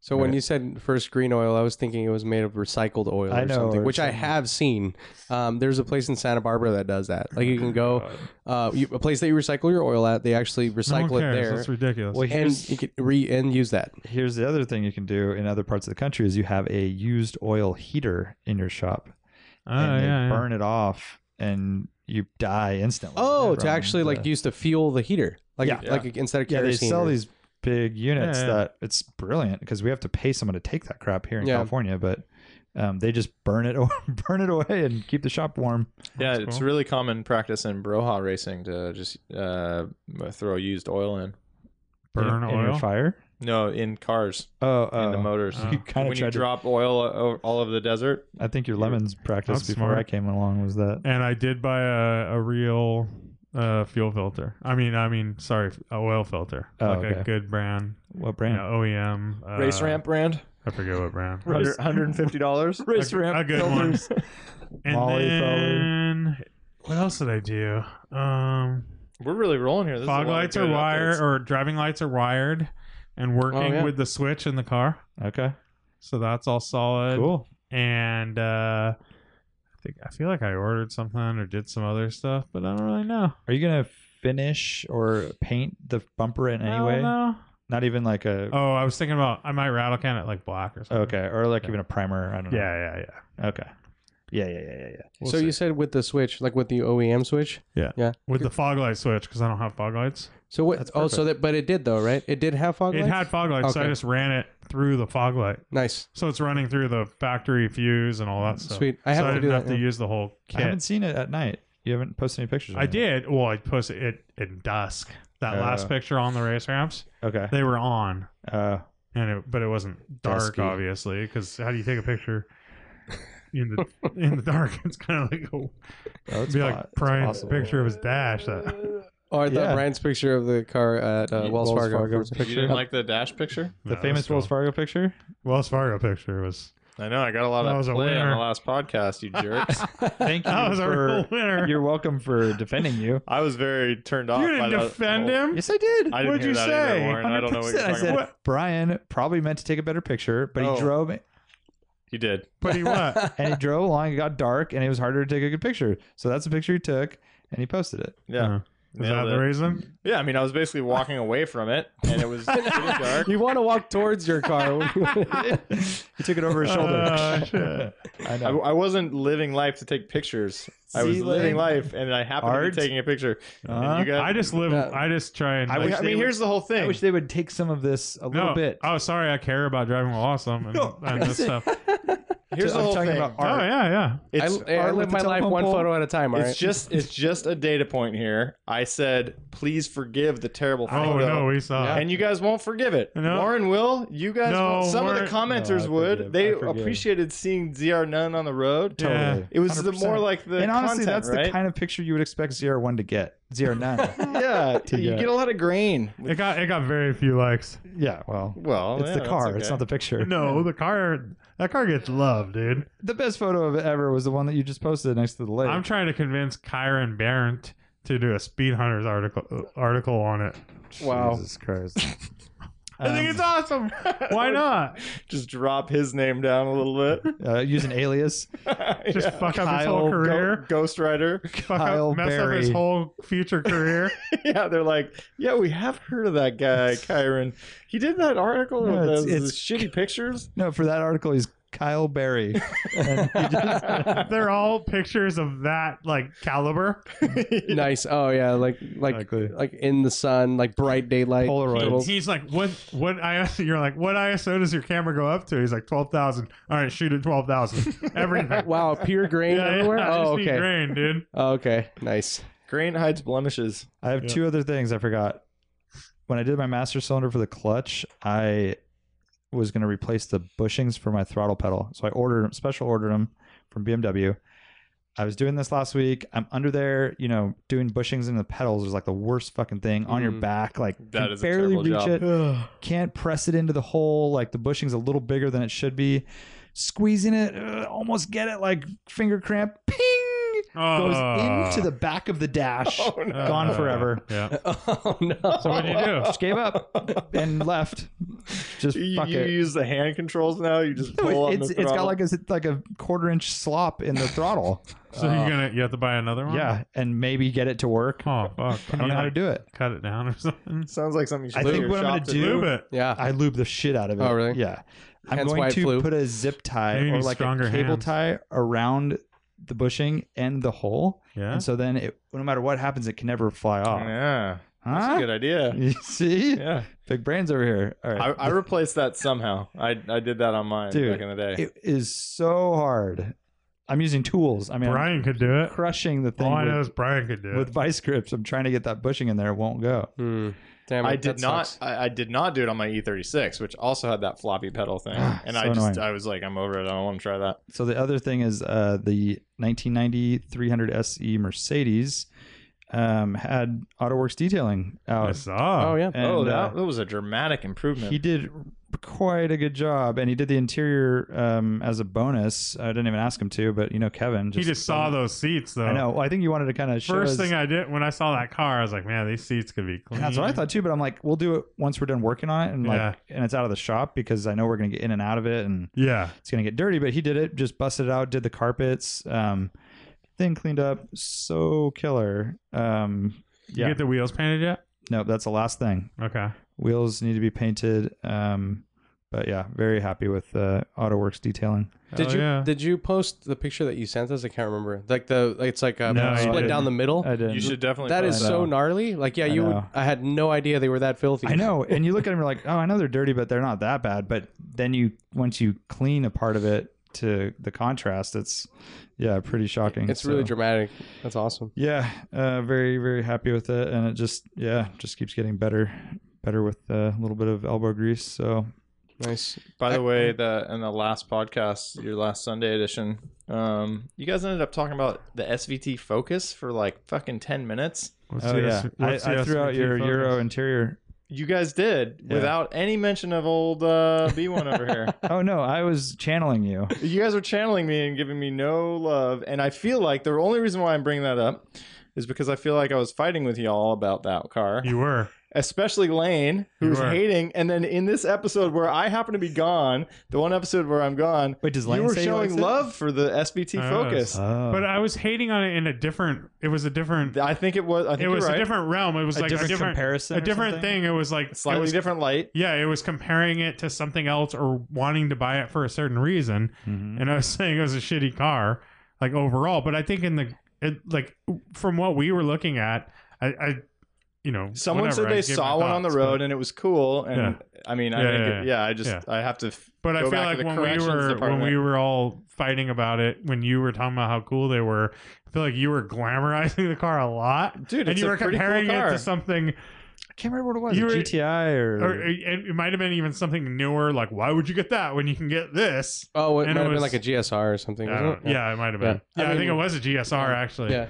F: So when
D: Right.
F: you said first green oil, I was thinking it was made of recycled oil
D: I
F: or
D: know,
F: something,
D: or
F: which I
D: something.
F: have seen. Um, there's a place in Santa Barbara that does that. Like you can go, uh, you, a place that you recycle your oil at, they actually
A: No
F: recycle
A: one
F: it
A: cares.
F: there.
A: That's ridiculous.
D: Well,
F: and
D: here's,
F: you can re and use that.
D: here's the other thing you can do in other parts of the country is you have a used oil heater in your shop
A: oh
D: and they
A: yeah, yeah.
D: burn it off and you die instantly.
F: Oh, to
D: from
F: actually like
D: the-
F: use to fuel the heater, like
D: Yeah.
F: like instead of
D: Yeah, they
F: kerosene.
D: sell
F: or-
D: these big units
A: Yeah, yeah.
D: that it's brilliant because we have to pay someone to take that crap here in
F: Yeah.
D: California, but um, they just burn it aw- burn it away and keep the shop warm.
E: Yeah,
A: That's
E: it's
A: cool.
E: really common practice in Broha racing to just uh, throw used oil in.
D: in,
A: burn oil.
D: in your fire.
E: No, in cars,
D: Oh,
E: in the
D: oh.
E: motors.
A: Oh.
D: you kind of
E: when you
D: tried to.
E: drop oil o- all over the desert,
D: I think your lemons practice
A: That's
D: before
A: smart.
D: I came along was that.
A: and I did buy a, a real uh, fuel filter. I mean, I mean, sorry, a oil filter,
D: Oh,
A: like
D: okay.
A: a good brand,
D: What
A: you
D: brand?
A: know, OEM, uh,
E: race ramp brand,
A: I forget what brand.
E: Hundred- $150.
D: Race
A: a, a good one. And
D: Molly,
A: then what else did I do? Um,
E: We're really rolling here. This is a
A: fog
E: lot of
A: lights
E: good
A: are wired,
E: updates.
A: or driving lights are wired, and working
D: Oh,
E: yeah.
A: with the switch in the car.
D: Okay,
A: So that's all solid.
D: cool.
A: And uh, I think I feel like I ordered something or did some other stuff, but I don't really know.
D: Are you gonna finish or paint the bumper in
A: I
D: any
A: don't
D: way?
A: know.
D: Not even like a
A: Oh, I was thinking about I might rattle can it like black or something.
D: okay, or like
A: Oh. Yeah.
D: even a primer. I don't know.
A: Yeah, yeah, yeah.
D: Okay. Yeah, yeah, yeah, yeah, yeah.
A: We'll
F: so
A: see.
F: you said with the switch, like with the OEM switch.
A: with the fog light switch because I don't have fog lights.
F: So what? Oh, so that, but it did though, right? It did have fog
A: it
F: lights.
A: had fog lights, so I
F: Okay.
A: just ran it through the fog light.
F: nice,
A: So it's running through the factory fuse and all that stuff.
F: sweet. I
A: so
F: have
A: I
F: to
A: didn't
F: do
A: have
F: that.
A: to
F: yeah.
A: use the whole
D: I haven't
A: kit.
D: seen it at night. You haven't posted any pictures. of
A: I,
D: it.
A: did. Well, I posted it in dusk. That
D: Uh.
A: last picture on the race ramps,
D: Okay.
A: they were on,
D: Uh,
A: and it, but it wasn't dark,
D: Dusky.
A: obviously, because how do you take a picture in the in the dark? It's kind of like a,
D: oh, it's
A: be like
D: po- it's
A: Brian's
D: possible.
A: picture of his dash. That
F: Or I thought
D: Yeah.
F: Brian's picture of the car at uh,
E: Yeah,
F: Wells,
D: Wells
F: Fargo.
D: Fargo
F: for-
E: You didn't like the dash picture?
D: The famous Wells Fargo picture.
A: Wells Fargo picture was
E: I know. I got a lot
A: That
E: of
A: was a
E: play on
A: winner.
E: the last podcast. You jerks.
D: Thank you
A: that was a real
D: for.
A: winner.
D: You're welcome for defending you.
E: I was very turned off.
A: you
E: by
A: didn't
E: that
A: defend
E: whole-
A: him.
D: Yes, I did.
E: I didn't
A: What'd
E: hear
A: you
E: that
A: say?
E: either, Warren. I don't know what you're
D: 100%. I
E: talking
D: said
E: about.
D: Brian probably meant to take a better picture, but
E: Oh.
D: he drove
E: You did.
A: But he what?
D: and he drove along. It got dark, and it was harder to take a good picture. So that's a picture he took, and he posted it.
E: Yeah.
A: Uh, Is that
E: Nailed
A: the
E: it.
A: reason?
E: Yeah, I mean, I was basically walking away from it, and it was pretty dark.
F: you want to walk towards your car.
D: he took it over his shoulder.
A: Oh, shit.
D: I
E: I,
D: know.
E: I wasn't living life to take pictures. I was
D: See,
E: living
D: like-
E: life, and I happened
D: Art?
E: to be taking a picture. And
D: Uh-huh.
E: you guys,
A: I just live.
F: Yeah.
A: I just try and.
D: I
E: I,
A: like,
D: wish they
E: mean,
D: would-
E: here's the whole
D: I
E: thing.
D: wish they would take some of this a
A: no.
D: little bit.
A: Oh, sorry. I care about driving while awesome and,
D: No,
A: and this stuff. Oh
E: here's the
D: I'm
E: whole
D: talking
E: thing.
D: about art.
A: yeah, yeah.
F: I,
E: It's,
F: I
D: art
F: live
D: with the
F: my life
D: telephone
F: one
D: pole.
F: photo at a time. All
E: it's
F: right.
E: just it's just a data point here. I said, please forgive the terrible
A: Oh
E: photo.
A: no, we saw. it.
E: And you guys won't forgive it.
A: No.
E: Lauren will. You guys.
A: No,
E: won't. Some of the
A: Warren-
E: commenters
D: No, I
E: would.
D: forgive.
E: They
D: I forgive.
E: appreciated seeing ZR Nunn on the road.
A: Yeah.
D: Totally.
E: It was the more
D: 100%.
E: like the
D: and honestly,
E: content,
D: that's the
E: right?
D: kind of picture you would expect ZR1 to get. ZR9.
E: yeah, you
D: get.
E: get a lot of grain.
A: It got it got very few likes.
D: yeah, well,
E: Well,
D: it's
E: yeah,
D: the
E: that's
D: car.
E: okay.
D: It's not the picture.
A: No, the car that car gets love, dude.
D: The best photo of it ever was the one that you just posted next to the lake.
A: I'm trying to convince Kyron Barrent to do a Speed Hunters article uh, article on it.
F: wow.
D: Jesus Christ. Um,
A: I think it's awesome. Um, Why not?
E: just drop his name down a little bit.
D: uh, use an alias.
A: Just
E: Yeah.
A: fuck up his whole
D: Kyle
A: career.
E: Ghost Rider.
A: fuck
D: Kyle
A: up, mess up his
D: Barry.
A: whole future career.
E: yeah, they're like, yeah, we have heard of that guy, Kyron. He did that article
D: No,
E: with
D: it's-
E: those,
D: it's-
E: shitty pictures.
D: No, for that article, he's Kyle Barry. And he just-
A: They're all pictures of that like caliber.
F: nice. Oh yeah, like like
D: Exactly.
F: like in the sun, like bright daylight.
D: Polaroids.
F: little-
A: He's like, what? What ISO? You're like, what ISO does your camera go up to? He's like, twelve thousand. All right, shoot at twelve thousand. Everything.
F: Wow, pure grain
A: Yeah,
F: everywhere.
A: yeah,
F: oh
A: just eat
F: okay.
A: grain, dude.
F: Oh, okay. Nice.
E: Grain hides blemishes.
D: I have
A: Yeah.
D: two other things I forgot. When I did my master cylinder for the clutch, I was going to replace the bushings for my throttle pedal. So I ordered special ordered them from BMW. I was doing this last week. I'm under there, you know, doing bushings in the pedals is like the worst fucking thing on your
F: Mhm.
D: back. Like
E: Mm. That
D: can
E: is a
D: barely
E: terrible
D: reach
E: job.
D: it. Can't press it into the hole. Like the bushing's a little bigger than it should be. Squeezing it, uh, almost get it. Like finger cramp, ping goes
A: Ah.
D: into the back of the dash.
E: Uh. Oh, no.
D: Gone
A: Ah.
D: forever.
A: Yeah.
F: Oh no.
A: So what'd you do?
D: Just gave up and left. Just
E: You,
D: fuck
E: you
D: it.
E: use the hand controls now. You just
D: No,
E: pull on
D: it's
E: the
D: it's got
E: throttle.
D: like a like a quarter inch slop in the throttle.
A: So you're gonna you have to buy another one.
D: Uh, Yeah, and maybe get it to work.
A: Oh fuck.
D: I
A: Can
D: don't
A: you
D: know how to
A: like,
D: do it.
A: cut it down or something?
E: sounds like something. You should
D: I
E: do at
D: think
E: your
D: what I'm
E: shop
D: gonna
E: to
D: do-
A: Lube it.
F: Yeah.
D: I lube the shit out of it.
F: Oh, really?
D: Yeah. I'm
F: Hence why
D: going
F: it
D: to
F: flew.
D: put a zip tie
A: Maybe you
D: or
A: need
D: like a
A: stronger
D: cable
A: hands.
D: tie around the bushing and the hole,
A: Yeah.
D: and so then it, no matter what happens, it can never fly off.
E: Yeah. That's a
D: Huh?
E: good idea.
D: You see,
E: Yeah.
D: big brains over here. All
E: I,
D: right,
E: I replaced that somehow. I, I did that on mine
D: Dude,
E: back in the day.
D: it is so hard. I'm using tools. I mean, I'm
A: Brian could do it.
D: crushing the thing
A: All I know is
D: with,
A: Brian could do
D: with
A: it.
D: vice grips. I'm trying to get that bushing in there. It won't go.
F: Hmm. Damn it,
E: I
F: that
E: did not.
F: sucks.
E: I, I did not do it on my E36, which also had that floppy pedal thing.
D: Ah,
E: and
D: so
E: I just,
D: annoying.
E: I was like, I'm over it. I don't want to try that.
D: So the other thing is uh, the 1990 300 SE E Mercedes um, had AutoWorks detailing
A: I
D: out.
A: saw.
F: oh yeah.
D: And,
E: oh,
D: uh,
E: that, that was a dramatic improvement.
D: he did quite a good job, and he did the interior um, as a bonus. I didn't even ask him to, but you know, Kevin.
A: he just saw those seats though.
D: I know. Well, I think you wanted to kind of show
A: First
D: us-
A: thing I did when I saw that car, I was like, man, these seats could be clean.
D: And that's what I thought too, but I'm like, we'll do it once we're done working on it, and
A: Yeah.
D: like, and it's out of the shop because I know we're gonna get in and out of it, and
A: Yeah.
D: it's gonna get dirty. But he did it, just busted it out, did the carpets, um, thing cleaned up, so killer. Um,
A: You
D: yeah,
A: get the wheels painted yet?
D: no, that's the last thing.
A: Okay.
D: Wheels need to be painted. Um, but yeah, very happy with uh, AutoWorks detailing.
F: Did
A: Hell
F: you
A: yeah.
F: did you post the picture that you sent us? I can't remember. Like the like, it's like uh
A: No, I
F: split
A: didn't.
F: down the middle.
D: I did.
E: you should definitely.
F: that
E: put
F: is
D: I
F: so
D: know.
F: gnarly. Like yeah,
D: I
F: you. Would,
D: know.
F: I had no idea they were that filthy.
D: I know, and you look at them, you're like, oh, I know they're dirty, but they're not that bad. But then you, once you clean a part of it to the contrast, it's yeah, pretty shocking.
F: It's really
D: So,
F: dramatic. That's awesome.
D: yeah, uh, very very happy with it, and it just yeah, just keeps getting better, better with uh, a little bit of elbow grease. So
F: Nice.
E: By the way, the in the last podcast, your last Sunday edition, um, you guys ended up talking about the SVT Focus for like fucking ten minutes.
A: What's
D: oh
A: the
D: yeah,
A: S-
D: I,
A: what's the
D: I threw out
A: SVT
D: your
A: focus?
D: Euro interior.
E: You guys did without any mention of old uh, B1 over here.
D: Oh no, I was channeling you.
E: you guys were channeling me and giving me no love and i feel like the only reason why i'm bringing that up is because i feel like i was fighting with y'all about that car
A: You were.
E: especially lane
A: You
E: who's
A: were.
E: hating and then in this episode where i happen to be gone the one episode where i'm gone
D: Wait, does
E: you
D: Lane
E: were
D: say he
E: showing
D: likes it?
E: love for the sbt
A: I
E: focus
D: Oh.
A: But I was hating on it in a different. It was a different.
E: i think it was i think
A: It
E: you're
A: was
E: right.
A: a different realm. It was
D: a
A: like
D: different
A: a different
D: comparison, or
A: A different
D: something?
A: thing. It was like
E: slightly
A: it was,
E: different light
A: Yeah, it was comparing it to something else or wanting to buy it for a certain reason.
D: Mhm.
A: And I was saying it was a shitty car, like overall. But I think in the it, like from what we were looking at, I, I you know,
E: Someone
A: whatever,
E: said
A: I
E: they
A: gave
E: saw
A: my
E: one on the
A: thoughts,
E: road
A: but-
E: and it was cool, and I mean, I
A: Yeah,
E: think,
A: yeah,
E: it-
A: yeah.
E: I just
A: Yeah.
E: I have to. f-
A: But I
E: go
A: feel
E: back to
A: like
E: the
A: when we
E: corrections
A: were when
E: department.
A: we were all fighting about it, when you were talking about how cool they were, I feel like you were glamorizing the car a lot,
E: Dude,
A: and
E: it's
A: you
E: a
A: were
E: pretty cool
A: comparing it
E: car.
A: to something
D: I can't remember what it was.
A: You were-
D: GTI or,
A: or it, it might have been even something newer. Like, why would you get that when you can get this?
F: Oh, it
A: And
F: might
A: it
F: have
A: was-
F: been like a GSR or something.
A: I
F: wasn't
A: don't-
F: it?
A: yeah, it might have been.
F: Yeah.
A: Yeah,
F: I
A: I, think
F: mean-
A: it was a GSR actually.
F: Yeah.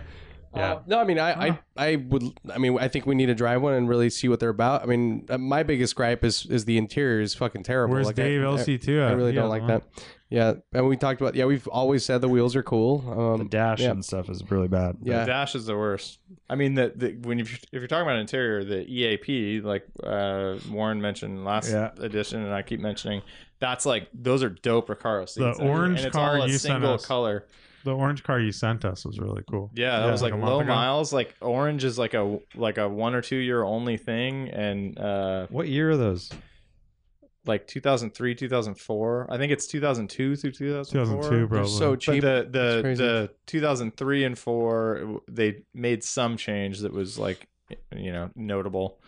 A: Yeah.
F: Uh, no, I mean, I, I, I would, I mean, I think we need to drive one and really see what they're about. I mean, uh, my biggest gripe is, is the interior is fucking terrible.
A: Where's
F: Like, I-
A: Dave
F: I-
A: LC two?
F: I really don't like that. Yeah, and we talked about yeah. We've always said the wheels are cool.
D: the
F: Um,
D: dash
F: yeah.
D: and stuff is really bad.
E: The
F: yeah,
E: dash is the worst. I mean, the, the when you if you're talking about interior, the EAP, like uh, Warren mentioned last
D: Yeah.
E: edition, and I keep mentioning, that's like those are dope Recaro seats.
A: The
E: I mean,
A: orange
E: and it's
A: car
E: all a
A: you sent
E: single
A: us.
E: color.
A: The orange car you sent us was really cool.
E: Yeah, that
A: Yeah.
E: was
A: Like
E: like,
A: a month
E: low
A: ago.
E: miles. Like orange is like a like a one or two year only thing, and uh,
D: What year are those?
E: like 2003, 2004. I think it's 2002 through 2004.
A: 2002,
F: they're
A: probably.
F: so cheap.
E: But the
F: It's
E: the
F: crazy.
E: the 2003 and four, they made some change that was like, you know, notable.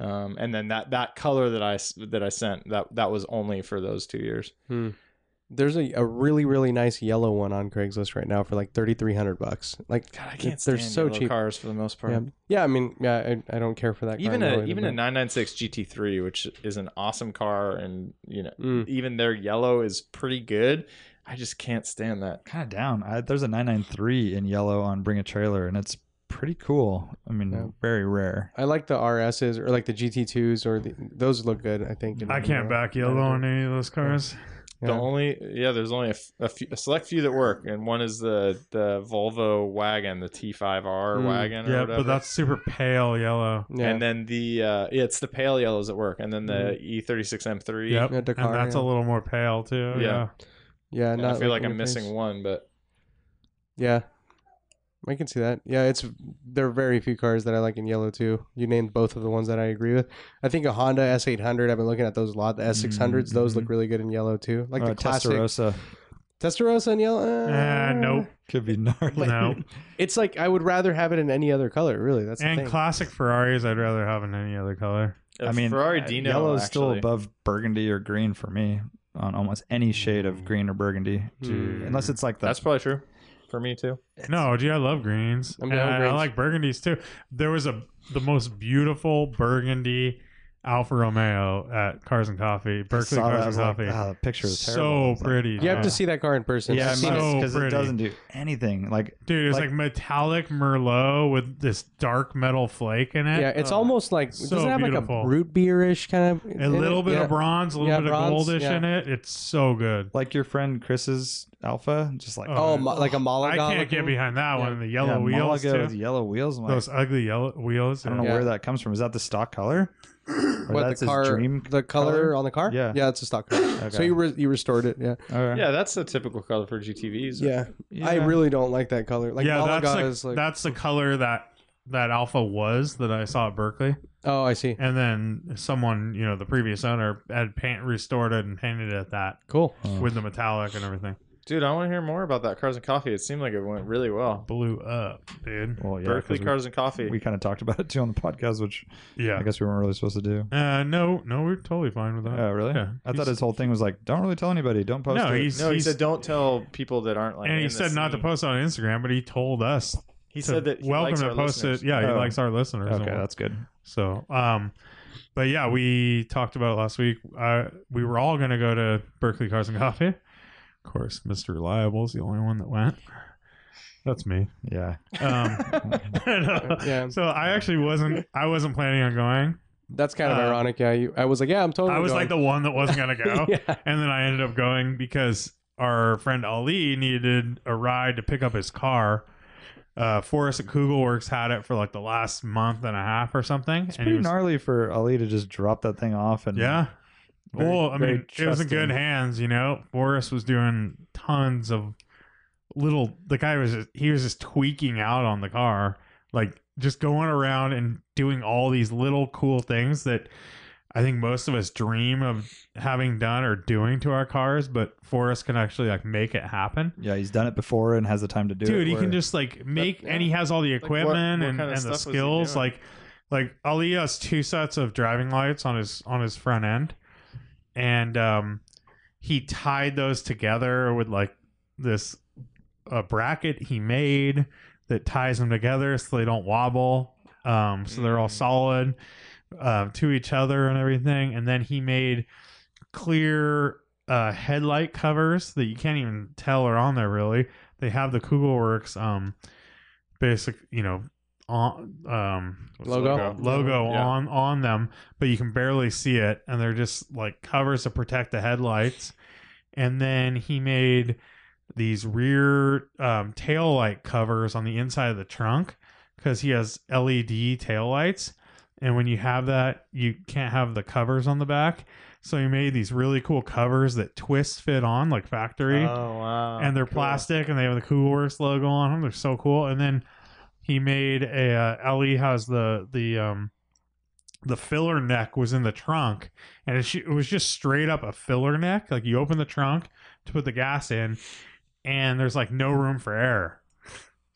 E: Um, and then that that color that I s- that I sent that that was only for those two years.
F: There's a, a really really nice yellow one on Craigslist right now for like thirty three hundred bucks. Like
E: God, I can't.
F: they're
E: stand
F: so
E: yellow
F: cheap.
E: cars for the most part.
F: Yeah. yeah, I mean, yeah, I, I don't care for that. car
E: Even
F: in
E: a
F: way,
E: even a
F: but-
E: 996 GT3, which is an awesome car, and you know
F: Mm.
E: even their yellow is pretty good. I just can't stand that.
D: Kind of down. I, there's a 993 in yellow on Bring a Trailer, and it's pretty cool. I mean,
F: Yeah.
D: very rare.
F: I like the RSs or like the GT2s or the, those look good. I think. in
A: I can't
F: yellow.
A: back yellow on any of those cars.
E: The
F: Yeah.
E: only yeah, there's only a, f- a few, a select few that work, and one is the the Volvo wagon, the T5R
F: Mm.
E: wagon, or
A: Hmm. Yeah,
E: whatever.
A: but that's super pale yellow.
F: Yeah.
E: And then the uh, yeah, it's the pale yellows that work, and then the E E36 M3.
A: Hmm. Yep,
F: Yeah,
A: and
F: Dakar,
A: that's
F: yeah.
A: a little more pale too.
E: Yeah.
A: Yeah,
F: yeah,
E: And
F: not
E: I feel like I'm
F: in your face.
E: missing one, but
F: Yeah. I can see that. Yeah, it's there are very few cars that I like in yellow too. You named both of the ones that I agree with. I think a Honda S800. I've been looking at those a lot. The S600s, those look really good in yellow too. Like
D: Uh,
F: the classic.
D: Testarossa.
F: Testarossa and yellow. Uh,
A: Eh, nope.
D: Could be gnarly.
A: No.
F: It's like I would rather have it in any other color. Really, that's the
A: and
F: thing.
A: classic Ferraris, I'd rather have in any other color.
D: I mean,
E: Ferrari
D: uh,
E: Dino.
D: Yellow is still
E: actually.
D: above burgundy or green for me on almost any shade of green or burgundy,
A: Hmm.
D: unless it's like the
E: That's probably true for me too.
A: No, dude, I love greens.
F: I'm
A: And
F: down with
A: I, I like
F: greens.
A: burgundies too. There was a the most beautiful burgundy Alfa Romeo at Cars and Coffee, Berkeley
D: I saw that,
A: Cars
D: I
A: and
D: was like,
A: Coffee.
D: "Wow, the picture is terrible." I
A: so
D: was like,
A: pretty.
F: you have
A: dude.
F: to see that car in person.
D: Yeah, I
F: I've
D: mean,
F: seen
A: so
D: because it
A: pretty.
D: doesn't do anything. Like
A: dude, it's
D: like-
A: like, metallic Merlot with this dark metal flake in
F: it.
A: it.
F: Yeah,
D: Oh.
F: it's almost
A: Oh,
F: like
A: so
F: doesn't it have
A: beautiful.
F: like a root beerish kind of
A: a little bit of bronze, a little
F: Yeah,
A: bit
F: bronze,
A: of goldish
F: yeah.
A: in it. It's so good.
D: like your friend Chris's alpha, just like
A: Oh,
F: Oh, mo- like a Malaga.
A: I can't get
F: looking?
A: behind that
F: Yeah.
A: one. The yellow
D: yeah,
A: wheels
D: Malaga
A: too.
D: with yellow wheels. I'm like,
A: Those ugly yellow wheels.
D: I don't know
F: Yeah.
D: where that comes from. Is that the stock color? Or
F: What
D: that's
F: the car?
D: his dream.
F: the color,
D: color?
F: on the car?
D: Yeah.
F: yeah, it's a stock car. So
D: Okay.
F: you re- you restored it? Yeah,
D: Okay.
E: Yeah, that's the typical color for GTVs.
F: yeah. I
D: Yeah.
F: really don't like that color. Like
A: yeah,
F: Malaga
A: that's the,
F: is like.
A: that's the color that that Alpha was that I saw at Berkeley,
F: oh, I see.
A: and then someone, you know, the previous owner had paint restored it and painted it that
F: Cool.
D: Oh.
A: with the metallic and everything.
E: Dude, I want to hear more about that Cars and Coffee. It seemed like it went really well.
A: Blew up, dude.
D: Well, yeah,
E: Berkeley
D: 'cause we-
E: Cars and Coffee.
D: We kind of talked about it too on the podcast, which I
A: Yeah.
D: guess we weren't really supposed to do.
A: Uh, no, no, we're totally fine with that.
D: Oh, really?
A: Yeah.
D: I thought
A: He's-
D: his whole thing was like, don't really tell anybody, don't post
A: no,
D: it.
A: he's,
E: no, he
A: he's-
E: said don't tell people that aren't like.
A: and he
E: in the
A: said not to
E: scene."
A: post on Instagram, but he told us.
E: He
A: to
E: said that he
A: welcome
E: likes
A: to
E: our
A: post
E: listeners.
A: it. Yeah, he
D: Oh.
A: likes our listeners. and
D: okay,
A: we'll-
D: that's good.
A: So, um, but yeah, we talked about it last week. Uh, we were all going to go to Berkeley Cars and Coffee. Of course, Mr. Reliable's the only one that went. That's me.
D: Yeah.
A: Um, and, uh,
F: Yeah.
A: So I actually wasn't. I wasn't planning on going.
F: That's kind of
A: Uh,
F: ironic. Yeah, you, I was like, yeah, I'm totally.
A: I was like the one that wasn't going to go,
F: yeah.
A: and then I ended up going because our friend Ali needed a ride to pick up his car. Uh, Forrest at Kugel Works had it for like the last month and a half or something.
D: It's
A: and he
D: pretty
A: was-
D: gnarly for Ali to just drop that thing off and
A: Yeah.
D: Very-
A: well, I
D: very
A: mean, it was in good
D: trusting.
A: hands, you know. Boris was doing tons of little. The guy was just, he was just tweaking out on the car, like just going around and doing all these little cool things that I think most of us dream of having done or doing to our cars, but Forrest can actually like make it happen.
D: Yeah, he's done it before and has the time to do it.
A: Dude, he
D: where-
A: can just like make,
E: yeah.
A: and he has all the
E: what- what
A: equipment and,
E: kind of
A: and the
E: stuff was he
A: skills.
E: doing?
A: Like, like Ali has two sets of driving lights on his on his front end, and um, he tied those together with like this a bracket he made that ties them together so they don't wobble. Um, so they're all
E: Mm.
A: solid um, to each other and everything. And then he made clear uh, headlight covers that you can't even tell are on there really. They have the Kugelworks um, basic, you know, on, um, what's the
F: Logo?
A: logo
E: Yeah.
A: on on them, but you can barely see it, and they're just like covers to protect the headlights. And then he made these rear um, tail light covers on the inside of the trunk because he has LED tail lights, and when you have that, you can't have the covers on the back. So he made these really cool covers that twist fit on like factory
E: Oh wow!
A: and they're
E: Cool.
A: plastic and they have the Coolworks logo on them. They're so cool. And then he made a uh, Ellie has the the um the filler neck was in the trunk and it, sh- it was just straight up a filler neck. Like you open the trunk to put the gas in and there's like no room for air.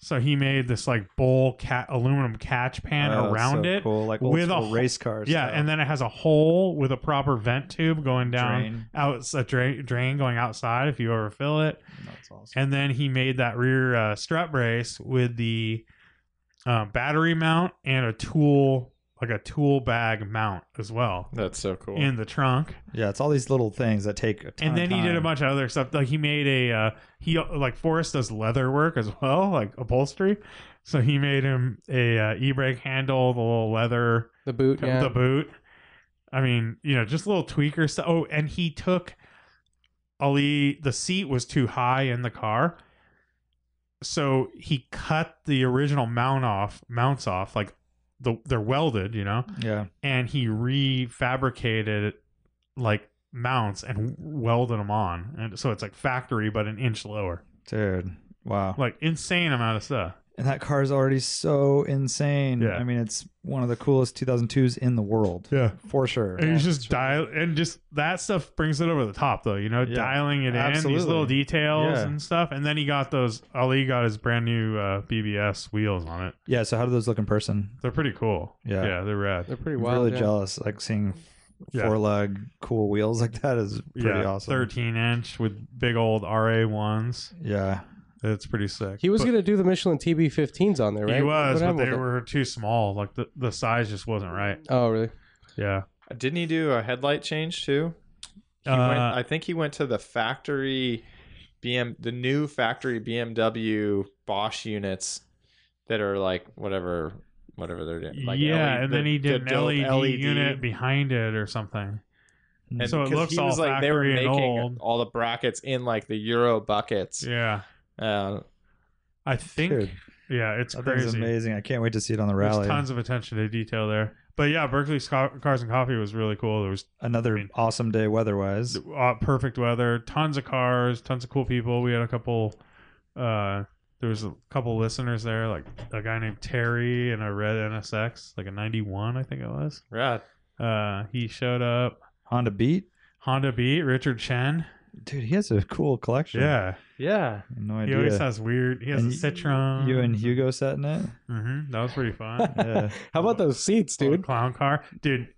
A: So he made this like bowl cat aluminum catch pan
D: Oh, that's
A: around
D: so
A: it.
D: cool. like
A: with
D: with
A: a
D: a
A: ho-
D: race car.
A: Yeah,
D: style.
A: and then it has a hole with a proper vent tube going down
D: Drain.
A: out a drain, drain going outside if you overfill it.
D: That's awesome.
A: And then he made that rear uh, strut brace with the uh, battery mount and a tool, like a tool bag mount as well
E: That's so cool.
A: in the trunk.
D: yeah, it's all these little things that take. A ton
A: And
D: of
A: then he did a
D: time.
A: bunch of other stuff. Like he made a, uh, he like Forrest does leather work as well, like upholstery. So he made him a uh, e-brake handle, the little leather
F: the boot. Yeah.
A: the boot. I mean, you know, just little tweaker stuff. Oh, and he took Ali. The seat was too high in the car, so he cut the original mount off. Mounts off, like the they're welded, you know,
D: Yeah,
A: and he refabricated like mounts and welded them on, and so it's like factory but an inch lower.
D: dude. Wow.
A: Like insane amount of stuff.
D: and that car is already so insane.
A: Yeah.
D: I mean, it's one of the coolest 2002s in the world
A: Yeah.
D: for sure.
A: And it's just dial and just that stuff brings it over the top though, you know,
D: Yeah.
A: dialing it in
D: Absolutely.
A: these little details
D: Yeah.
A: and stuff. And then he got those Ali got his brand new uh, BBS wheels on it.
D: Yeah. So how do those look in person?
A: They're pretty cool.
D: Yeah.
A: yeah, they're rad.
F: They're pretty
D: I'm
F: wild.
D: really
F: yeah.
D: jealous. Like seeing
A: Yeah.
D: four lug cool wheels like that is pretty
A: yeah,
D: awesome.
A: thirteen inch with big old RA ones.
D: Yeah.
A: It's pretty sick.
F: He was
A: But-
F: going to do the Michelin TB15s on there, right?
A: He
F: What
A: was, but
F: happened
A: they
F: with it?
A: were too small. Like the, the size just wasn't right.
F: Oh, really?
A: Yeah.
E: Didn't he do a headlight change too? He
A: Uh,
E: went, I think he went to the factory BM, the new factory BMW Bosch units that are like whatever, whatever they're doing. Like
A: yeah,
E: LED
A: and then he
E: the-
A: did
E: the
A: an
E: dope E
A: LED, unit behind it or something.
E: And
A: so it
E: because
A: looks
E: he was
A: all
E: like they were
A: factory
E: making
A: and old.
E: all the brackets in like the Euro buckets.
A: Yeah.
E: Uh,
A: I think.
D: Dude,
A: Yeah, it's
D: that thing's
A: crazy.
D: amazing. I can't wait to see it on the
A: There's
D: rally.
A: tons of attention to detail there. But yeah, Berkeley's Ca- Cars and Coffee was really cool. There was
D: Another
A: I mean-
D: awesome day weather wise.
A: uh, perfect weather, tons of cars, tons of cool people. We had a couple. Uh, there was a couple listeners there, like a guy named Terry and a red NSX, like a '91, I think it was.
E: rad.
A: Uh, he showed up.
D: Honda Beat.
A: Honda Beat, Richard Chen.
D: Dude, he has a cool collection.
A: Yeah,
E: Yeah.
D: No
A: he always
D: idea.
A: has Mm-hmm. weird. He has
D: And
A: a Citroen.
D: You and Hugo sat in it.
A: hmm that was pretty fun.
D: Yeah.
F: How about those seats, dude?
A: clown car, dude,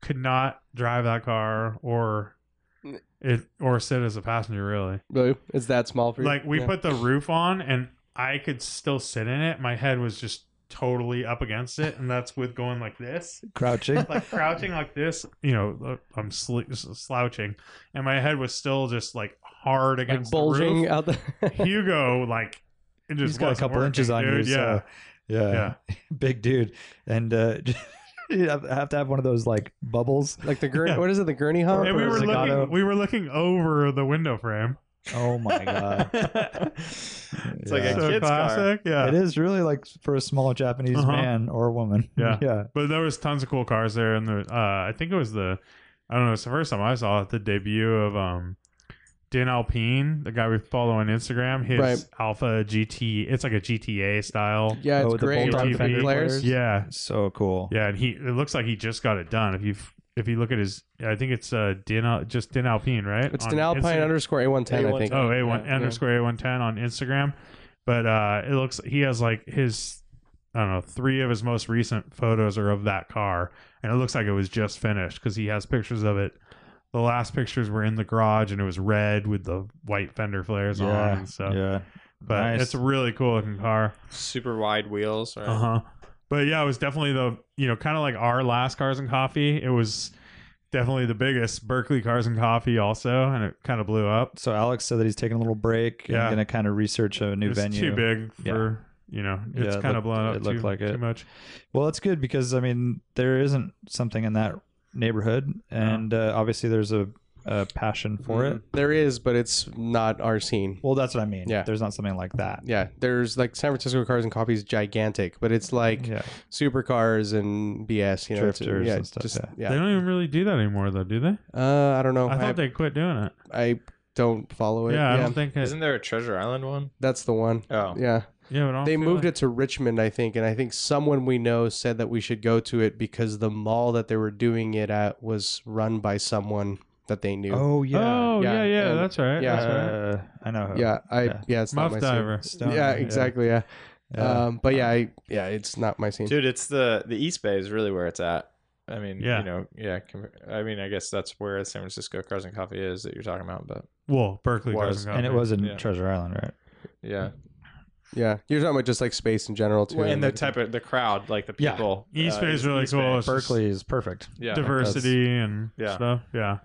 A: could not drive that car or
E: Mm.
A: it or sit as a passenger really.
F: Really? It's that small for you?
A: Like we
F: Yeah.
A: put the roof on and I could still sit in it. My head was just totally up against it, and that's with going like this,
D: Crouching.
A: like crouching like this. You know, uh, I'm sl- slouching, and my head was still just like hard
F: like
A: against the
F: bulging
A: roof.
F: out the.
A: Hugo, like it just
D: He's got a
A: wasn't
D: couple
A: working,
D: inches on
A: dude.
D: you.
A: Yeah,
D: So, uh, yeah.
A: Yeah.
D: Big dude. And uh, you have have to have one of those like bubbles.
F: like the gurney.
A: Yeah.
F: What is it? The gurney hump?
A: and we
F: or
A: were
F: Zagato?
A: looking, we were looking over the window frame.
D: Oh my God.
E: it's like
D: Yeah.
E: a
A: So
E: kid's car.
A: classic, yeah.
D: It is really like for a small Japanese
A: Uh-huh.
D: man or woman.
A: Yeah.
D: Yeah.
A: But there was tons of cool cars there, and the, uh, I think it was the, I don't know, it's the first time I saw it, the debut of um, Dan Alpine, the guy we follow on Instagram, his
F: Right.
A: Alpha GT, it's like a GTA style.
F: Yeah, it's
D: Oh, the
F: great.
A: bolt-on
F: With the
A: defender
F: flares.
A: Yeah,
D: So cool.
A: yeah, and he it looks like he just got it done. If you if you look at his, I think it's uh Dan Al- just Dan Alpine, right?
F: It's
A: On
F: an Alpine
A: Instagram.
F: underscore A110, I think.
A: Oh, A one
F: Yeah.
A: underscore A one ten on Instagram. But uh it looks he has like his I don't know, three of his most recent photos are of that car. And it looks like it was just finished because he has pictures of it. The last pictures were in the garage and it was red with the white fender flares on
D: Yeah.
A: and stuff.
D: yeah.
A: But
D: Nice.
A: it's a really cool looking car.
E: Super wide wheels. Right?
A: Uh huh. But yeah, it was definitely the you know kind of like our last Cars and Coffee. It was definitely the biggest Berkeley Cars and Coffee also, and it kind of blew up.
D: So Alex said that he's taking a little break
A: Yeah.
D: and going to kind of research a new
A: it's
D: venue.
A: too big
D: Yeah.
A: for you know.
D: Yeah,
A: It's
D: it
A: kind
D: looked-
A: of blown up.
D: it looked
A: too,
D: like it.
A: too much.
D: Well, it's good because I mean there isn't something in that neighborhood, and uh, obviously there's a, a passion for it.
F: There is, but it's not our scene.
D: Well, that's what I mean.
F: Mm-hmm. Yeah.
D: there's not something like that.
F: Yeah, there's like San Francisco Cars and Coffee is gigantic, but it's like
D: Yeah,
F: supercars and BS, you know, it's-
D: Mm-hmm. Drifters
F: yeah,
D: and stuff,
F: Just,
A: They
F: yeah.
A: don't even really do that anymore, though, do they?
F: Uh, I don't know.
A: I
F: I,
A: thought they quit doing it.
F: I don't follow it.
A: yeah,
F: Yeah,
A: I don't think. It,
E: Isn't there a Treasure Island one?
F: that's the one.
E: Oh.
F: Yeah,
A: yeah, but I don't
F: they
A: feel
F: moved
A: like-
F: it to Richmond, I think, and I think someone we know said that we should go to it because the mall that they were doing it at was run by someone that they knew.
D: Oh yeah.
A: Oh yeah,
F: yeah,
A: yeah,
F: and-
A: that's right.
F: yeah.
A: that's right.
D: Uh, I know. who.
F: Uh, yeah, I yeah,
D: Yeah.
F: it's not
A: Muff
F: my
A: diver.
D: Stone,
F: scene. Yeah, exactly. Yeah,
D: Yeah.
F: Um, but yeah, I, yeah, it's not my scene.
E: Dude, it's the the East Bay is really where it's at. I mean,
A: Yeah.
E: you know, yeah. com- I mean, I guess that's where San Francisco Cars and Coffee is that you're talking about, but
A: Well, Berkeley
E: Was,
A: doesn't.
D: and it was in
E: Yeah.
D: Treasure Island, right?
E: yeah.
F: Yeah, you're talking about just like space in general too.
E: and the
F: like-
E: type of the crowd, like the
D: Yeah.
E: people.
A: East
E: uh,
A: Bay is really
E: East
A: cool.
E: Bay.
A: It's just
D: Berkeley is perfect.
E: Yeah.
A: diversity and
E: Yeah.
A: stuff. Yeah,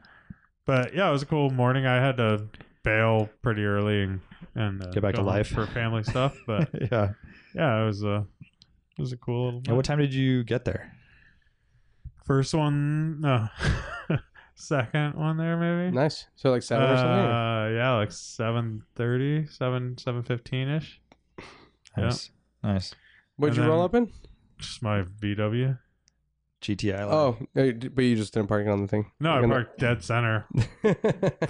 A: but yeah, it was a cool morning. I had to bail pretty early and and uh,
D: Get back
A: go
D: to
A: home
D: life.
A: for family stuff. But
D: yeah.
A: yeah, it was a it was a cool little.
D: And what time did you get there?
A: First one, no. Second one there, maybe.
F: nice. So like seven or something. or-
A: Uh, yeah, like 7.30, 7, 7.15ish. Yeah.
D: Nice. Nice.
F: What'd
A: and
F: you roll
A: then-
F: up in?
A: Just my VW.
D: GTI. Line.
F: Oh, uh, d- but you just didn't park it on the thing.
A: No, I
F: You're
A: parked dead center.
F: gonna-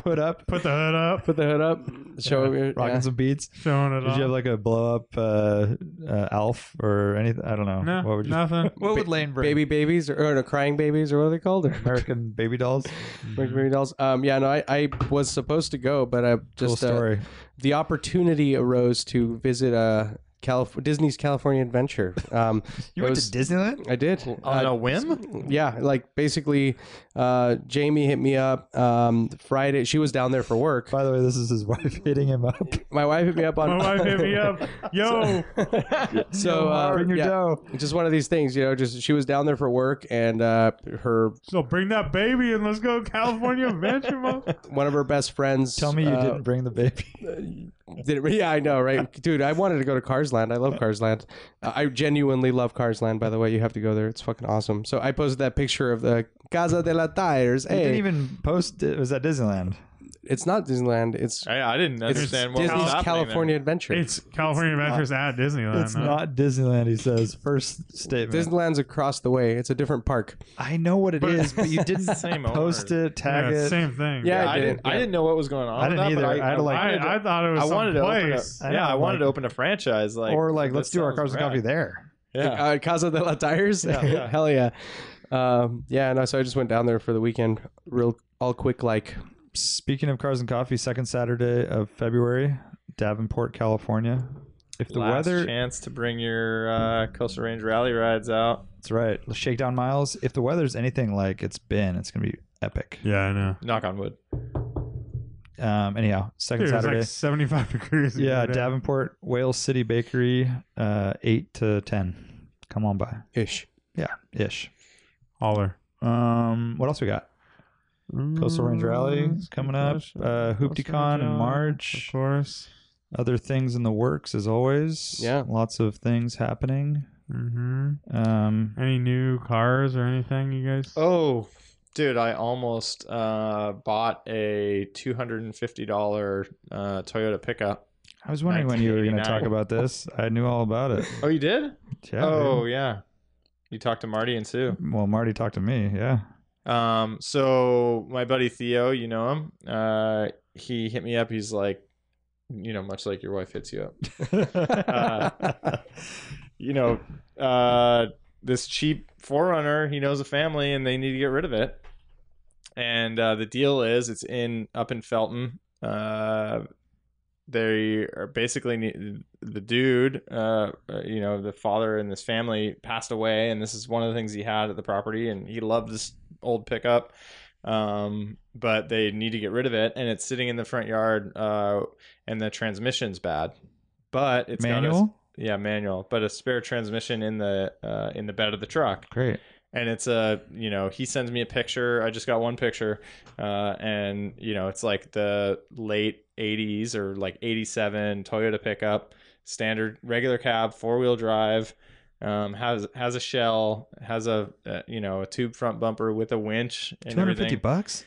D: put up,
A: Put the hood up,
F: Put the hood up. Show
D: Yeah,
F: it.
D: rocking some beats.
A: showing it
D: Did you have
A: off.
D: like a blow up uh, uh, Alf or anything? I don't know.
A: No,
D: what would you?
A: nothing.
D: What would Lane bring?
F: Baby babies or, or no, crying babies or what are they called? Or
D: American baby dolls.
F: American baby dolls. Um, yeah, no, I, I was supposed to go, but I
D: cool
F: just uh,
D: story.
F: the opportunity arose to visit uh, Calif- Disney's California Adventure. Um,
D: You
F: it
D: went
F: was-
D: to Disneyland?
F: I did
D: Oh,
E: on
F: Uh,
E: a whim.
F: yeah like basically uh jamie hit me up um friday she was down there for work
D: By the way, this is his wife hitting him up.
F: my wife hit me up on
A: My wife hit me up. Yo,
F: so uh,
D: Bring your
F: yeah,
D: dough.
F: just one of these things you know just she was down there for work and uh her
A: so bring that baby and let's go California Adventure Month.
F: one of her best friends
D: Tell me you
F: uh,
D: didn't bring the baby.
F: did it- yeah i know right dude i wanted to go to cars land i love cars land uh, i genuinely love cars land by the way you have to go there it's fucking awesome so i posted that picture of the casa de la tires
D: He didn't
F: hey
D: even post it. It was at Disneyland.
F: it's not disneyland it's
E: I, I didn't
F: it's
E: understand what was
F: Disney's
E: happening
F: California Adventure.
A: It's California Adventures at Disneyland.
D: it's
A: huh?
D: not Disneyland, he says. First statement.
F: Disneyland's across the way. It's a different park.
D: I know what it
E: But-
D: is, but you didn't
E: Same
D: post
E: owner.
D: it,
A: Yeah,
D: tag it.
A: same thing.
F: Yeah,
E: There.
F: I
E: I
F: did,
E: didn't. I
F: yeah.
E: didn't know what was going on.
D: I didn't
E: with that, but
D: either. I had to, like-
E: wanted
A: I, I thought it was
E: I wanted to open
A: someplace.
E: a, yeah,
D: I
E: I
D: know,
E: wanted to
D: like-
E: open a franchise, like
D: or like,
E: that
D: let's do our
E: sounds
D: cars and
E: rad.
D: coffee there.
E: Yeah,
F: Uh, Casa de la Tires.
E: yeah.
F: Hell yeah. Um, yeah, no, so I just went down there for the weekend, real all quick like.
D: Speaking of cars and coffee, second Saturday of February, Davenport, California. If the
E: Last
D: weather,
E: chance to bring your uh, Coastal Range rally rides out.
D: that's right, shakedown miles. If the weather's anything like it's been, it's gonna be epic.
A: Yeah, I know.
E: Knock on wood.
D: Um, anyhow, second
A: Dude, it was
D: Saturday.
A: like 75 degrees. the
D: yeah,
A: other day.
D: Davenport, Wales City Bakery, uh, eight to ten. Come on by.
F: Ish.
D: Yeah, ish.
A: Holler.
D: Um, what else we got? Coastal Range Rally
A: Mm,
D: is coming up.
A: Coastal-
D: Uh,
A: Coastal Range
D: HooptyCon in
A: Rally,
D: March.
A: Of course.
D: Other things in the works as always.
F: Yeah.
D: lots of things happening.
A: hmm
D: Um,
A: Any new cars or anything, you guys?
E: Oh, dude, I almost uh, bought a two hundred and fifty dollar uh, Toyota pickup.
D: I was wondering when you were going to talk
E: 1989.
D: about this. I knew all about it.
E: Oh, you did?
D: Yeah.
E: oh, yeah. You talked to Marty and Sue.
D: dude. Well, Marty talked to me. Yeah.
E: Um, so my buddy Theo, you know him. Uh, he hit me up. He's like, you know, much like your wife hits you up. Uh, you know, uh, this cheap forerunner, he knows a family and they need to get rid of it. And uh, the deal is it's in up in Felton. Uh, they are basically ne- the dude, uh, uh, you know, the father in this family passed away, and this is one of the things he had at the property, and he loved this old pickup. Um, but they need to get rid of it, and it's sitting in the front yard, uh, and the transmission's bad. But it's got a-
D: Manual.
E: yeah, manual, but a spare transmission in the uh, in the bed of the truck,
D: Great.
E: and it's a you know he sends me a picture. I just got one picture, uh, and you know it's like the late '80s or like '87 Toyota pickup, standard regular cab, four wheel drive, um, has has a shell, has a uh, you know a tube front bumper with a winch and
D: Two hundred fifty
E: everything.
D: bucks.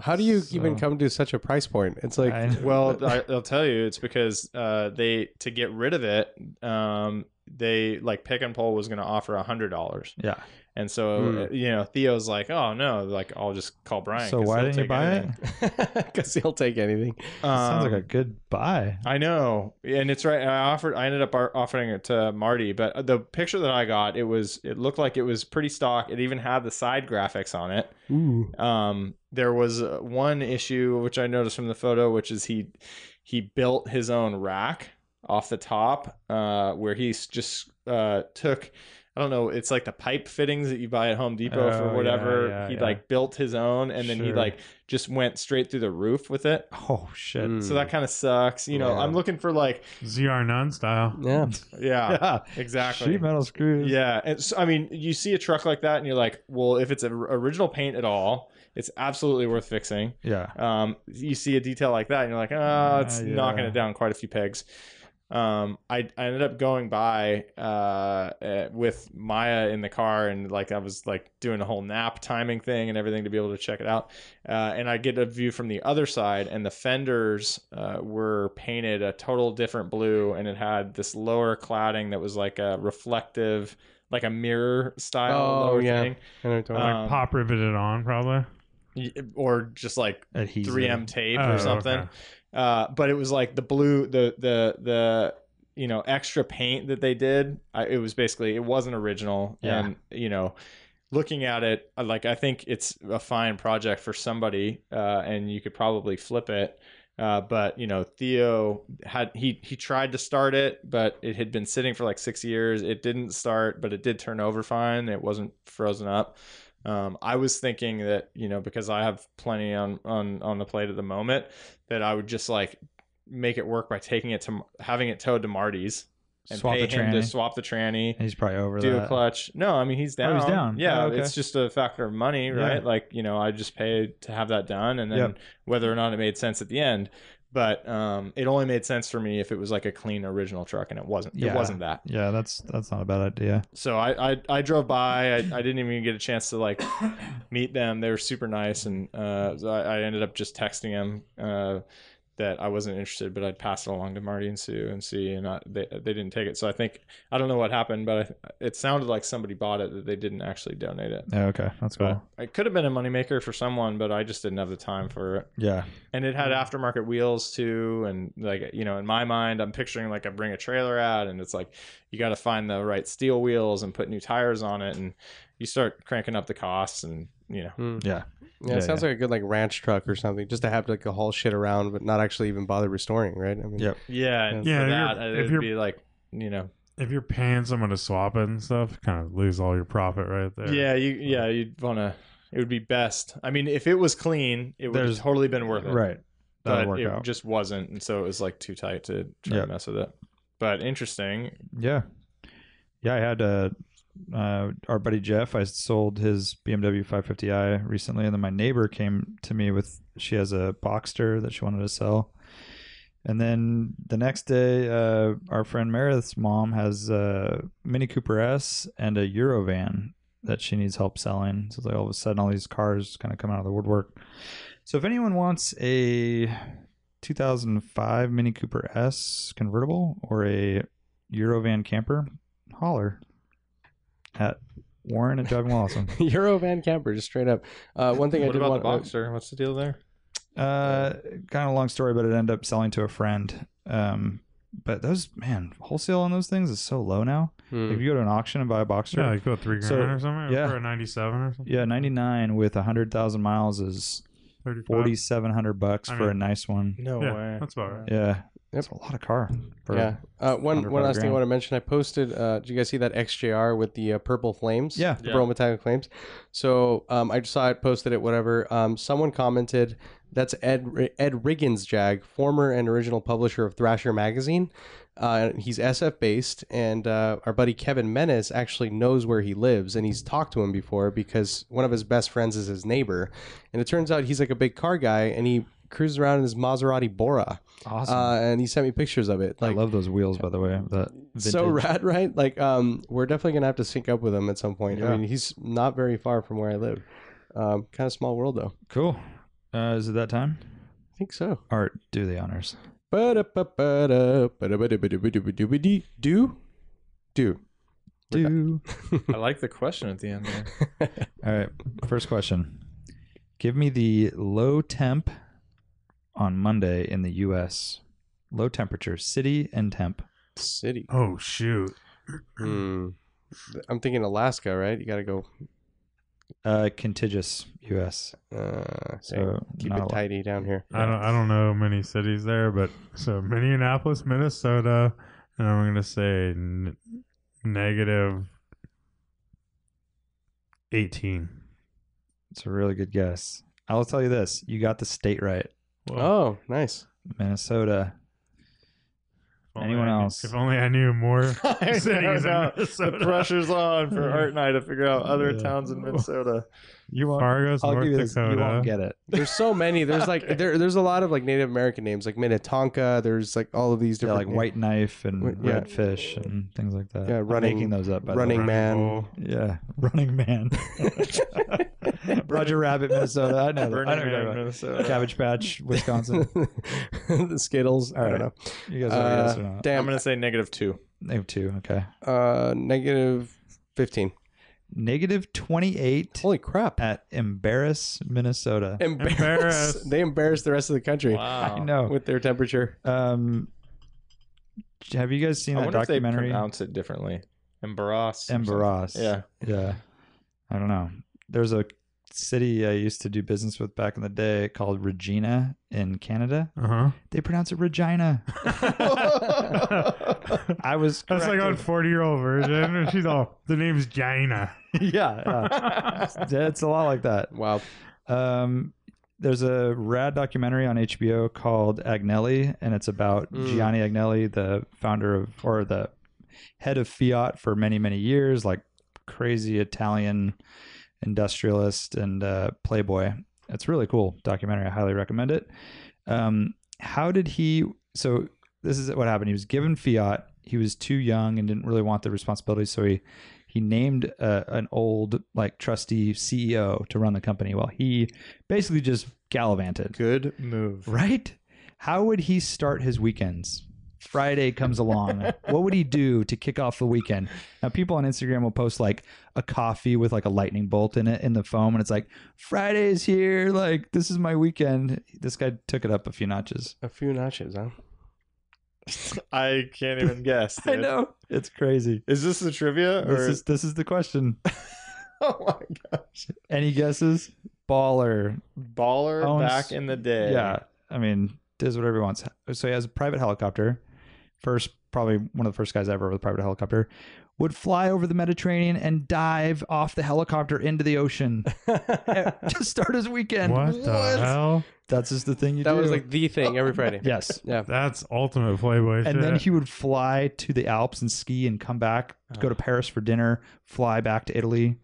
F: How do you even
D: So-
F: come to such a price point? It's like
D: I-
E: well I, i'll tell you it's because uh, they to get rid of it um, they like pick and pull was going to offer a hundred dollars
D: Yeah.
E: and so uh,
F: Mm.
E: you know theo's like oh no like i'll just call brian
D: Hmm. so
E: 'cause
D: why
E: he'll
D: didn't you
E: take
D: buy
E: anything."
D: it?
F: cuz he'll take anything.
D: Sounds
E: Um,
D: like a good buy.
E: I know, and it's right. I offered. I ended up ar- offering it to Marty, but the picture that I got, it was. It looked like it was pretty stock. It even had the side graphics on it.
F: Ooh.
E: Um, there was uh, one issue which I noticed from the photo, which is he he built his own rack off the top, uh, where he s- just uh, took. I don't know. It's like the pipe fittings that you buy at Home Depot
D: Oh, yeah,
E: for whatever.
D: yeah,
E: he
D: yeah.
E: like built his own, and then he
D: Sure.
E: like just went straight through the roof with it.
D: Oh shit.
F: Mm.
E: So that kind of sucks. You know,
F: Yeah.
E: I'm looking for like,
A: ZR non style.
F: Yeah.
E: yeah,
D: Yeah.
E: exactly.
D: Sheet metal screws.
E: Yeah, and so, I mean, you see a truck like that, and you're like, well, if it's a r- original paint at all, it's absolutely worth fixing.
D: Yeah.
E: Um, you see a detail like that, and you're like, ah,
D: Ah,
E: it's knocking
D: yeah.
E: it down quite a few pegs. um, I, I ended up going by uh, uh, with Maya in the car, and like I was like doing a whole nap timing thing and everything to be able to check it out. Uh, and I get a view from the other side, and the fenders uh, were painted a total different blue, and it had this lower cladding that was like a reflective, like a mirror style
F: Oh,
E: lower
F: yeah.
E: thing,
F: I know what you're talking
E: Uh,
F: about.
A: like
E: um,
A: pop riveted on probably.
E: Y- or just like
D: Adhesive.
E: 3M tape
A: Oh,
E: or something.
A: okay.
E: Uh, but it was like the blue, the the the you know extra paint that they did. I, it was basically it wasn't original,
D: Yeah.
E: and you know, looking at it, I- like I think it's a fine project for somebody, uh, and you could probably flip it. Uh, but you know, Theo had he he tried to start it, but it had been sitting for like six years. It didn't start, but it did turn over fine. It wasn't frozen up. Um, I was thinking that you know because I have plenty on on on the plate at the moment that I would just like make it work by taking it to having it towed to Marty's and
D: Swap
E: pay
D: the
E: him to
D: tranny.
E: swap the tranny.
D: He's probably over
E: Do
D: that.
E: a clutch. No, I mean he's down.
D: Oh, he's down.
E: Yeah,
D: Oh, okay.
E: it's just a factor of money, right? Like you know, I just pay to have that done, and then
D: Yep.
E: whether or not it made sense at the end. But um, it only made sense for me if it was like a clean original truck, and it wasn't. It
D: Yeah.
E: wasn't that
D: Yeah, that's that's not a bad idea.
E: so I, I I drove by. I, I didn't even get a chance to like meet them. They were super nice, and uh, so I, I ended up just texting them uh, that I wasn't interested, but I'd pass it along to Marty and Sue and see, and I, they they didn't take it. So I think I don't know what happened, but I, it sounded like somebody bought it that they didn't actually donate it.
D: Yeah, okay, that's cool.
E: But it could have been a moneymaker for someone, but I just didn't have the time for it.
D: Yeah,
E: And it had aftermarket wheels too, and like you know, in my mind, I'm picturing like I bring a trailer out, and it's like you got to find the right steel wheels and put new tires on it, and you start cranking up the costs, and you know,
D: yeah,
F: Yeah,
D: Yeah,
F: it sounds like a good like ranch truck or something, just to have like to haul shit around, but not actually even bother restoring, right? I mean,
D: Yep.
E: yeah, and
A: Yeah,
E: for
A: if
E: that,
A: you're- if
E: it'd
A: you're-
E: be like you know,
A: If you're paying someone to swap it and stuff, kind of lose all your profit right there.
E: yeah, you yeah, you'd wanna. It would be best. I mean, if it was clean, it would have
D: There's-
E: totally been worth it.
D: right. That'll
E: but
D: work
E: it
D: out.
E: just wasn't, and so it was like too tight to try
D: Yeah.
E: to mess with it. But interesting.
D: Yeah. Yeah, I had uh, uh, our buddy Jeff. I sold his BMW 550i recently, and then my neighbor came to me with she has a Boxster that she wanted to sell. And then the next day, uh, our friend Meredith's mom has a Mini Cooper S and a Eurovan that she needs help selling. So like all of a sudden, all these cars kind of come out of the woodwork. So if anyone wants a 2005 Mini Cooper S convertible or a Eurovan camper, holler at Warren at Driving While Awesome.
F: Euro van camper, just straight up. Uh, one thing I
E: What
F: did
E: about the
F: want
E: boxer? What's the deal there?
D: Uh, kind of long story, but it ended up selling to a friend. Um, but those man wholesale on those things is so low now.
F: Hmm.
D: If you go to an auction and buy a boxer,
A: Yeah, like what three grand
D: So,
A: or something,
D: yeah.
A: or a ninety-seven or something.
D: yeah, ninety nine with hundred thousand miles is
A: 35.
D: forty seven hundred bucks
A: I
D: for a
A: mean-
D: nice one.
E: No
A: Yeah,
E: way.
A: that's about right.
D: Yeah, that's a lot of car. For,
F: yeah. Uh, one
D: 100
F: one last thing I
D: grand.
F: want to mention. I posted. Uh, did you guys see that XJR with the uh, purple flames?
D: Yeah.
F: the purple metallic flames. So um, I just saw it, posted it, whatever. Um, someone commented, "That's Ed Ed Riggins Jag, former and original publisher of Thrasher magazine. Uh, he's SF based, and uh, our buddy Kevin Menes actually knows where he lives, and he's talked to him before because one of his best friends is his neighbor, and it turns out he's like a big car guy, and he." Cruises around in his Maserati Bora,
D: Awesome.
F: uh, and he sent me pictures of it. Like,
D: I love those wheels, by the way. That
F: so
D: vintage-
F: rad, right? Like, um, we're definitely gonna have to sync up with him at some point. I
D: Yeah.
F: mean, he's not very far from where I live. Um, kind of small world though.
D: cool. Uh, is it that time?
F: I think so.
D: Art, do the honors.
F: Ba-da-ba-ba-da, ba-da-ba-da-ba-da-ba-da-ba-dee. Do, do.
D: Do.
E: I like the question at the end there.
D: All right. First question. Give me the low temp on Monday in the US. Low temperature, city and temp.
F: City.
A: Oh shoot!
F: Hmm. I'm thinking Alaska, right? You gotta go.
D: Uh contiguous US.
F: Uh, so
D: So
F: keep
D: not a
F: it
D: lot.
F: tidy down here.
A: I don't I don't know many cities there, but so Minneapolis, Minnesota, and I'm gonna say n- negative eighteen.
D: It's a really good guess. I'll tell you this. You got the state right.
F: Oh, nice.
D: Minnesota.
A: If only
D: Anyone
A: I knew-
D: else?
A: If only I knew more.
E: I
A: cities in
E: know.
A: Minnesota.
E: The pressure's on for Art and I to figure out other
D: Yeah.
E: towns in Minnesota.
D: You won't.
A: Fargo's
D: I'll
A: North
D: give you this. You
A: Dakota.
D: won't get it.
F: There's so many. There's like there, there's a lot of like Native American names, like Minnetonka. There's like all of these
D: Yeah,
F: different
D: like white knife and
F: Wait, yeah.
D: red fish and things like that.
F: Yeah,
D: I'm
F: running-
D: making those up. By
F: running
D: the way.
F: man.
A: Bull.
D: Yeah, running man. Roger Rabbit, Minnesota. I know. That. I know.
E: Burning
D: what you're
E: Man,
D: talking
E: Minnesota.
D: about. Cabbage Patch, Wisconsin.
F: the Skittles. I don't
D: Alright.
F: know.
D: You guys are
F: Uh,
D: yes or not?
E: I'm
F: damn.
E: gonna say negative two.
D: They have two. Okay.
F: Uh, negative fifteen.
D: Negative twenty-eight
F: Holy crap!
D: at Embarrass, Minnesota.
F: Embarrass.
A: Embarrass.
F: They embarrassed the rest of the country
E: Wow.
D: I know.
F: with their temperature.
D: Um, have you guys seen
E: I
D: that
E: wonder if they
D: documentary?
E: pronounce it differently. Embarrass. or
D: Embarrass.
E: something. Yeah.
D: Yeah. I don't know. There's a city I used to do business with back in the day called Regina in Canada.
A: Uh
D: They pronounce it Regina.
A: huh.
D: I was
A: That's like on
D: corrected.
A: forty year old version. and She's all the name's Jaina.
D: yeah, yeah. It's a lot like that.
F: Wow.
D: Um, there's a rad documentary on HBO called Agnelli, and it's about
F: Mm.
D: Gianni Agnelli, the founder of or the head of Fiat for many many years, like crazy Italian industrialist and uh, playboy. It's really cool documentary. I highly recommend it. Um, how did he? So this is what happened. He was given Fiat. He was too young and didn't really want the responsibility, so he he named uh, an old like trustee CEO to run the company. Well, he basically just gallivanted,
E: Good move.
D: right? How would he start his weekends? Friday comes along. what would he do to kick off the weekend? Now, people on Instagram will post like a coffee with like a lightning bolt in it in the foam, and it's like Friday's here. Like this is my weekend. This guy took it up a few notches.
F: A few notches, huh?
E: I can't even guess.
D: I
E: dude.
D: know it's crazy.
E: Is this the trivia? Or
D: This is this is the question.
E: oh my god.
D: Any guesses? Baller.
E: Baller
D: Owns-
E: back in the day.
D: Yeah, I mean, does whatever he wants. So he has a private helicopter. First, probably one of the first guys ever with a private helicopter would fly over the Mediterranean and dive off the helicopter into the ocean to start his weekend.
A: what the hell?
D: That's just the thing you
F: That
D: do.
F: was like the thing every Friday.
D: yes.
A: That's ultimate Playboy shit.
D: And then he would fly to the Alps and ski and come back, go to Paris for dinner, fly back to Italy.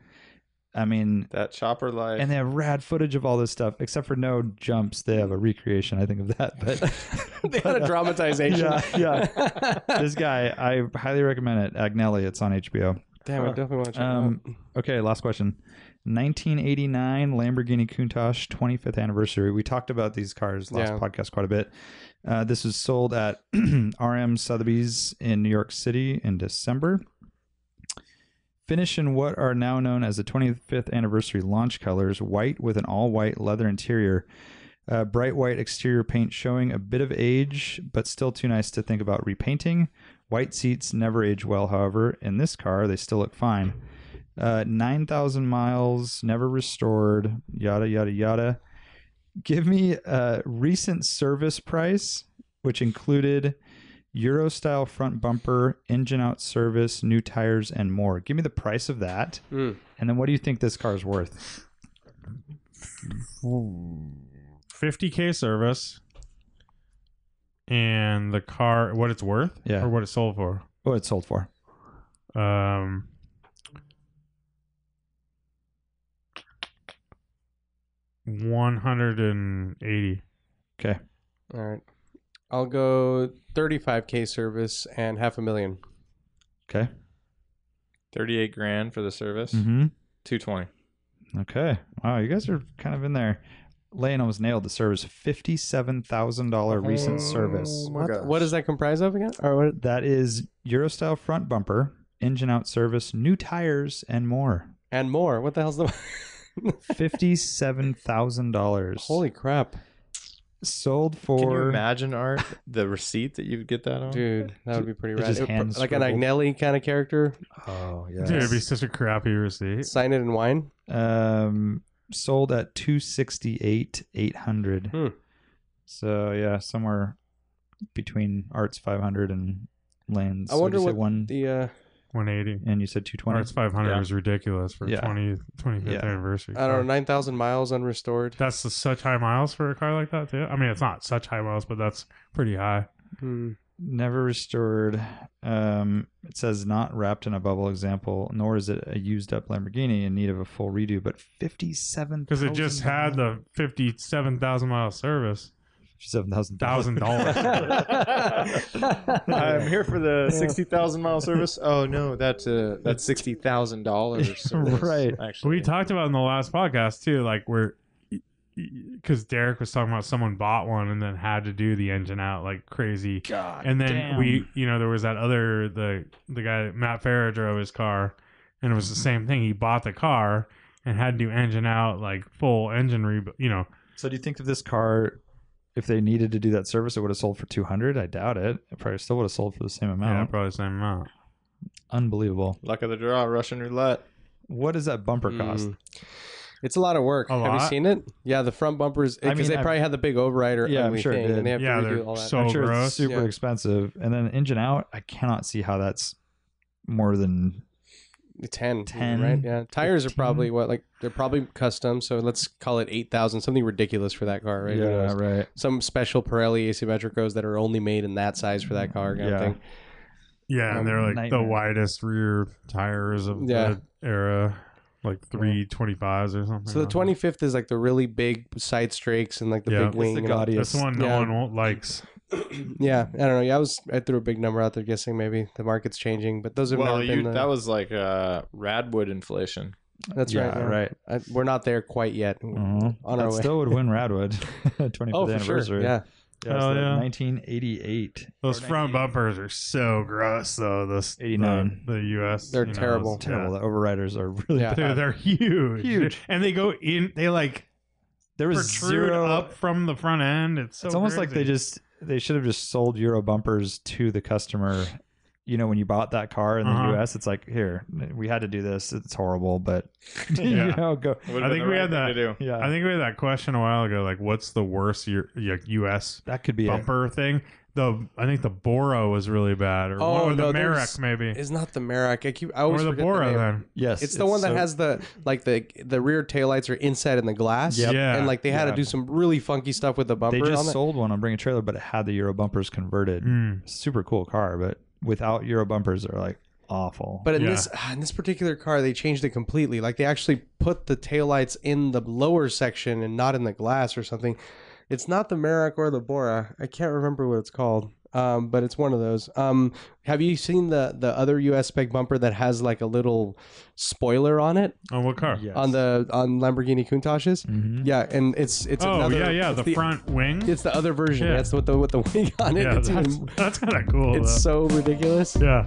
D: I mean,
E: That chopper life.
D: and they have rad footage of all this stuff, except for no jumps. They have a recreation, I think, of that. But
F: they had a dramatization.
D: yeah, yeah. this guy, I highly recommend it. Agnelli, it's on HBO.
F: Damn, I definitely want to check
D: Um,
F: it out.
D: Okay, last question. 1989 Lamborghini Countach 25th anniversary. We talked about these cars last
F: Yeah.
D: podcast quite a bit. Uh, this was sold at RM Sotheby's in New York City in December. Finish in what are now known as the 25th anniversary launch colors, white with an all white leather interior, uh, bright white exterior paint showing a bit of age, but still too nice to think about repainting. White seats never age well, however. In this car, they still look fine. Uh, 9,000 miles, never restored, yada, yada, yada. Give me a recent service price, which included Euro style front bumper, engine out service, new tires, and more. Give me the price of that.
F: Mm.
D: And then what do you think this car is worth?
A: fifty k service, and the car, what it's worth,
D: Yeah.
A: or what it sold for.
D: Oh, it's sold for.
A: Um, one hundred and eighty.
D: Okay.
F: All right. I'll go 35k service and half a million.
D: Okay.
E: 38 grand for the service.
D: Mm-hmm.
E: 220.
D: Okay. Wow, you guys are kind of in there. Lane almost nailed the service. Fifty-seven thousand dollar recent service.
E: my gosh.
F: What does that comprise of again? Or what?
D: That is Eurostyle front bumper, engine out service, new tires, and more.
F: And more. What the hell's the?
D: Fifty-seven thousand dollars.
F: Holy crap,
D: Sold
E: Can you
D: for.
E: imagine art the receipt that you'd get that on?
F: dude! That would be pretty rad.
D: just
F: It-
D: hand
F: like an
D: scribbled.
F: Agnelli kind of character.
D: Oh
A: Dude, it'd be such a crappy receipt.
F: Sign it in wine.
D: Um, sold at two sixty-eight eight hundred.
F: Hmm.
D: So yeah, somewhere between Arts five hundred and Lanes.
F: I wonder
D: you say
F: what
D: one.
F: The uh,
A: One eighty.
D: and you said two twenty.
A: Arts five hundred
E: Yeah.
A: was ridiculous for
D: Yeah.
A: twenty twenty fifth 20, 25th
D: Yeah.
A: anniversary.
F: I
A: car.
F: don't know, nine thousand miles unrestored.
A: That's the- such high miles for a car like that too. I mean, it's not such high miles, but that's pretty high.
F: Hmm.
D: never restored. Um, it says not wrapped in a bubble example, nor is it a used up Lamborghini in need of a full redo, but 57
A: because it just had the fifty-seven thousand mile service, thousand dollars.
E: I'm here for the sixty thousand mile service. Oh no, that uh, that's sixty thousand dollars.
D: Right.
E: Actually,
A: We talked about in the last podcast too, like where because Derek was talking about someone bought one and then had to do the engine out like crazy.
E: God.
A: and then
D: damn.
A: we you know there was that other the the guy Matt Farah drove his car and it was the same thing he bought the car and had to do engine out like full engine re you know
D: So do you think that this car, if they needed to do that service, it would have sold for 200? I doubt it. It probably still would have sold for the same
A: yeah
D: amount.
A: probably the same amount
D: Unbelievable.
E: luck of the draw, Russian roulette.
D: What is that bumper cost?
F: Mm. It's a lot of work.
A: A
F: Have you
A: lot?
F: seen it? Yeah, the front bumpers.
D: I
F: Because
D: mean,
F: they
D: I've-
F: probably had the big overrider
D: Yeah, I'm
F: ugly
D: sure it
F: thing,
D: did.
F: and they have
A: Yeah,
F: to
A: they're
F: redo all that.
A: so
D: I'm sure
A: gross.
D: it's super
F: Yeah.
D: expensive. And then engine out, I cannot see how that's more than
F: 10,
D: 10,
F: right? Yeah, tires are
D: 15.
F: probably what like they're probably custom. So let's call it eight thousand, something ridiculous for that car, right? Who
D: yeah,
F: knows?
D: right.
F: Some special Pirelli asymmetricos that are only made in that size for that car, kind
D: Yeah.
F: of thing.
A: yeah
D: Um,
A: and they're like
D: nightmare.
A: the widest rear tires of
F: Yeah.
A: the era like 325s or something
F: So the twenty fifth is like the really big side strakes and like the
A: Yeah. It's
F: big
A: the
F: wing. and all-
D: gaudiest.
A: that's the one no
F: Yeah.
A: one won't likes
F: yeah, I don't know. Yeah, I was I threw a big number out there, guessing maybe the market's changing, but those have
E: Well,
F: not
E: you,
F: been. the-
E: that was like uh, Radwood inflation.
F: that's right.
D: Yeah,
F: yeah.
D: right.
F: I, we're not there quite yet.
A: Oh.
D: Mhm.
F: On
D: that
F: our way.
D: still would win Radwood 25th
F: Oh, for
D: anniversary. Oh,
F: sure. Yeah.
D: Yeah, so
A: Hell
D: that
A: yeah.
D: 1988.
A: those
D: Or
A: front
D: 98.
A: bumpers are so gross though this the-
D: 89.
A: the, us
F: They're
A: you know, those-
F: terrible.
A: yeah.
D: Terrible. The overriders are really
F: Yeah.
A: Dude,
D: bad.
A: they're huge
D: Huge.
A: and they go in they like
D: There was
A: protrude
D: zero
A: up from the front end. It's so
D: it's almost like they
A: crazy.
D: just they should have just sold Euro bumpers to the customer. You know, when you bought that car in the
A: Uh-huh.
D: U.S., it's like here we had to do this. It's horrible, but you
A: Yeah.
D: know, go
A: I think we had that.
E: To do.
D: yeah.
A: I think we had that question a while ago. Like, what's the worst U- like, U.S.
D: that could be it.
A: bumper thing? The I think the Bora was really bad, or,
F: Oh,
A: or the
F: no,
A: Merrick
F: there's-
A: maybe,
F: It's not the Merak. I keep I
A: or
F: always
A: the
F: forget
A: Bora
F: name.
A: then.
D: Yes,
F: It's, the one that
D: so-
F: has the like the the rear taillights are inside in the glass.
A: Yep. Yeah.
F: And like they had
D: Yeah.
F: to do some really funky stuff with the
D: They
F: bumper on
D: just
F: it.
D: sold one on Bring a Trailer, but it had the Euro bumpers converted.
A: Mm.
D: Super cool car, but without Euro bumpers, they're like awful.
F: But in
A: Yeah.
F: this ah, in this particular car, they changed it completely. Like they actually put the taillights in the lower section and not in the glass or something. It's not the Merak or the Bora. I can't remember what it's called. Um, but it's one of those. Um, have you seen the the other US spec bumper that has like a little spoiler on it
A: On Oh, what car?
D: Yes.
F: on the on Lamborghini Countaches?
D: Mhm.
F: Yeah, and it's it's
A: oh
F: another.
A: yeah, yeah,
F: it's
A: the, front wing.
F: It's the other version.
A: Yeah.
F: That's with the with the wing on it.
A: yeah,
F: it's
A: that's,
F: even,
A: that's kind of cool.
F: it's
A: though.
F: so ridiculous.
A: yeah.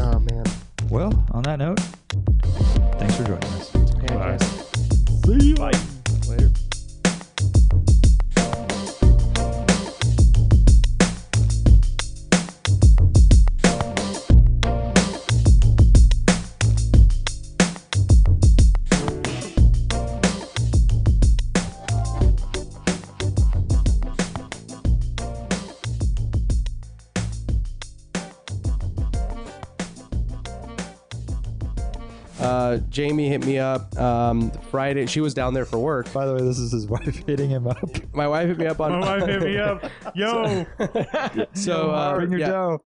F: Oh man.
D: Well, on that note, thanks for joining us.
F: Okay,
A: Bye.
F: guys.
A: See you.
F: Later. Uh, Jamie hit me up um, Friday. She was down there for work.
D: By the way, this is his wife hitting him up.
F: My wife hit me up on.
A: My wife hit me up. Yo.
F: so uh,
D: Bring your
F: yeah,
D: dough.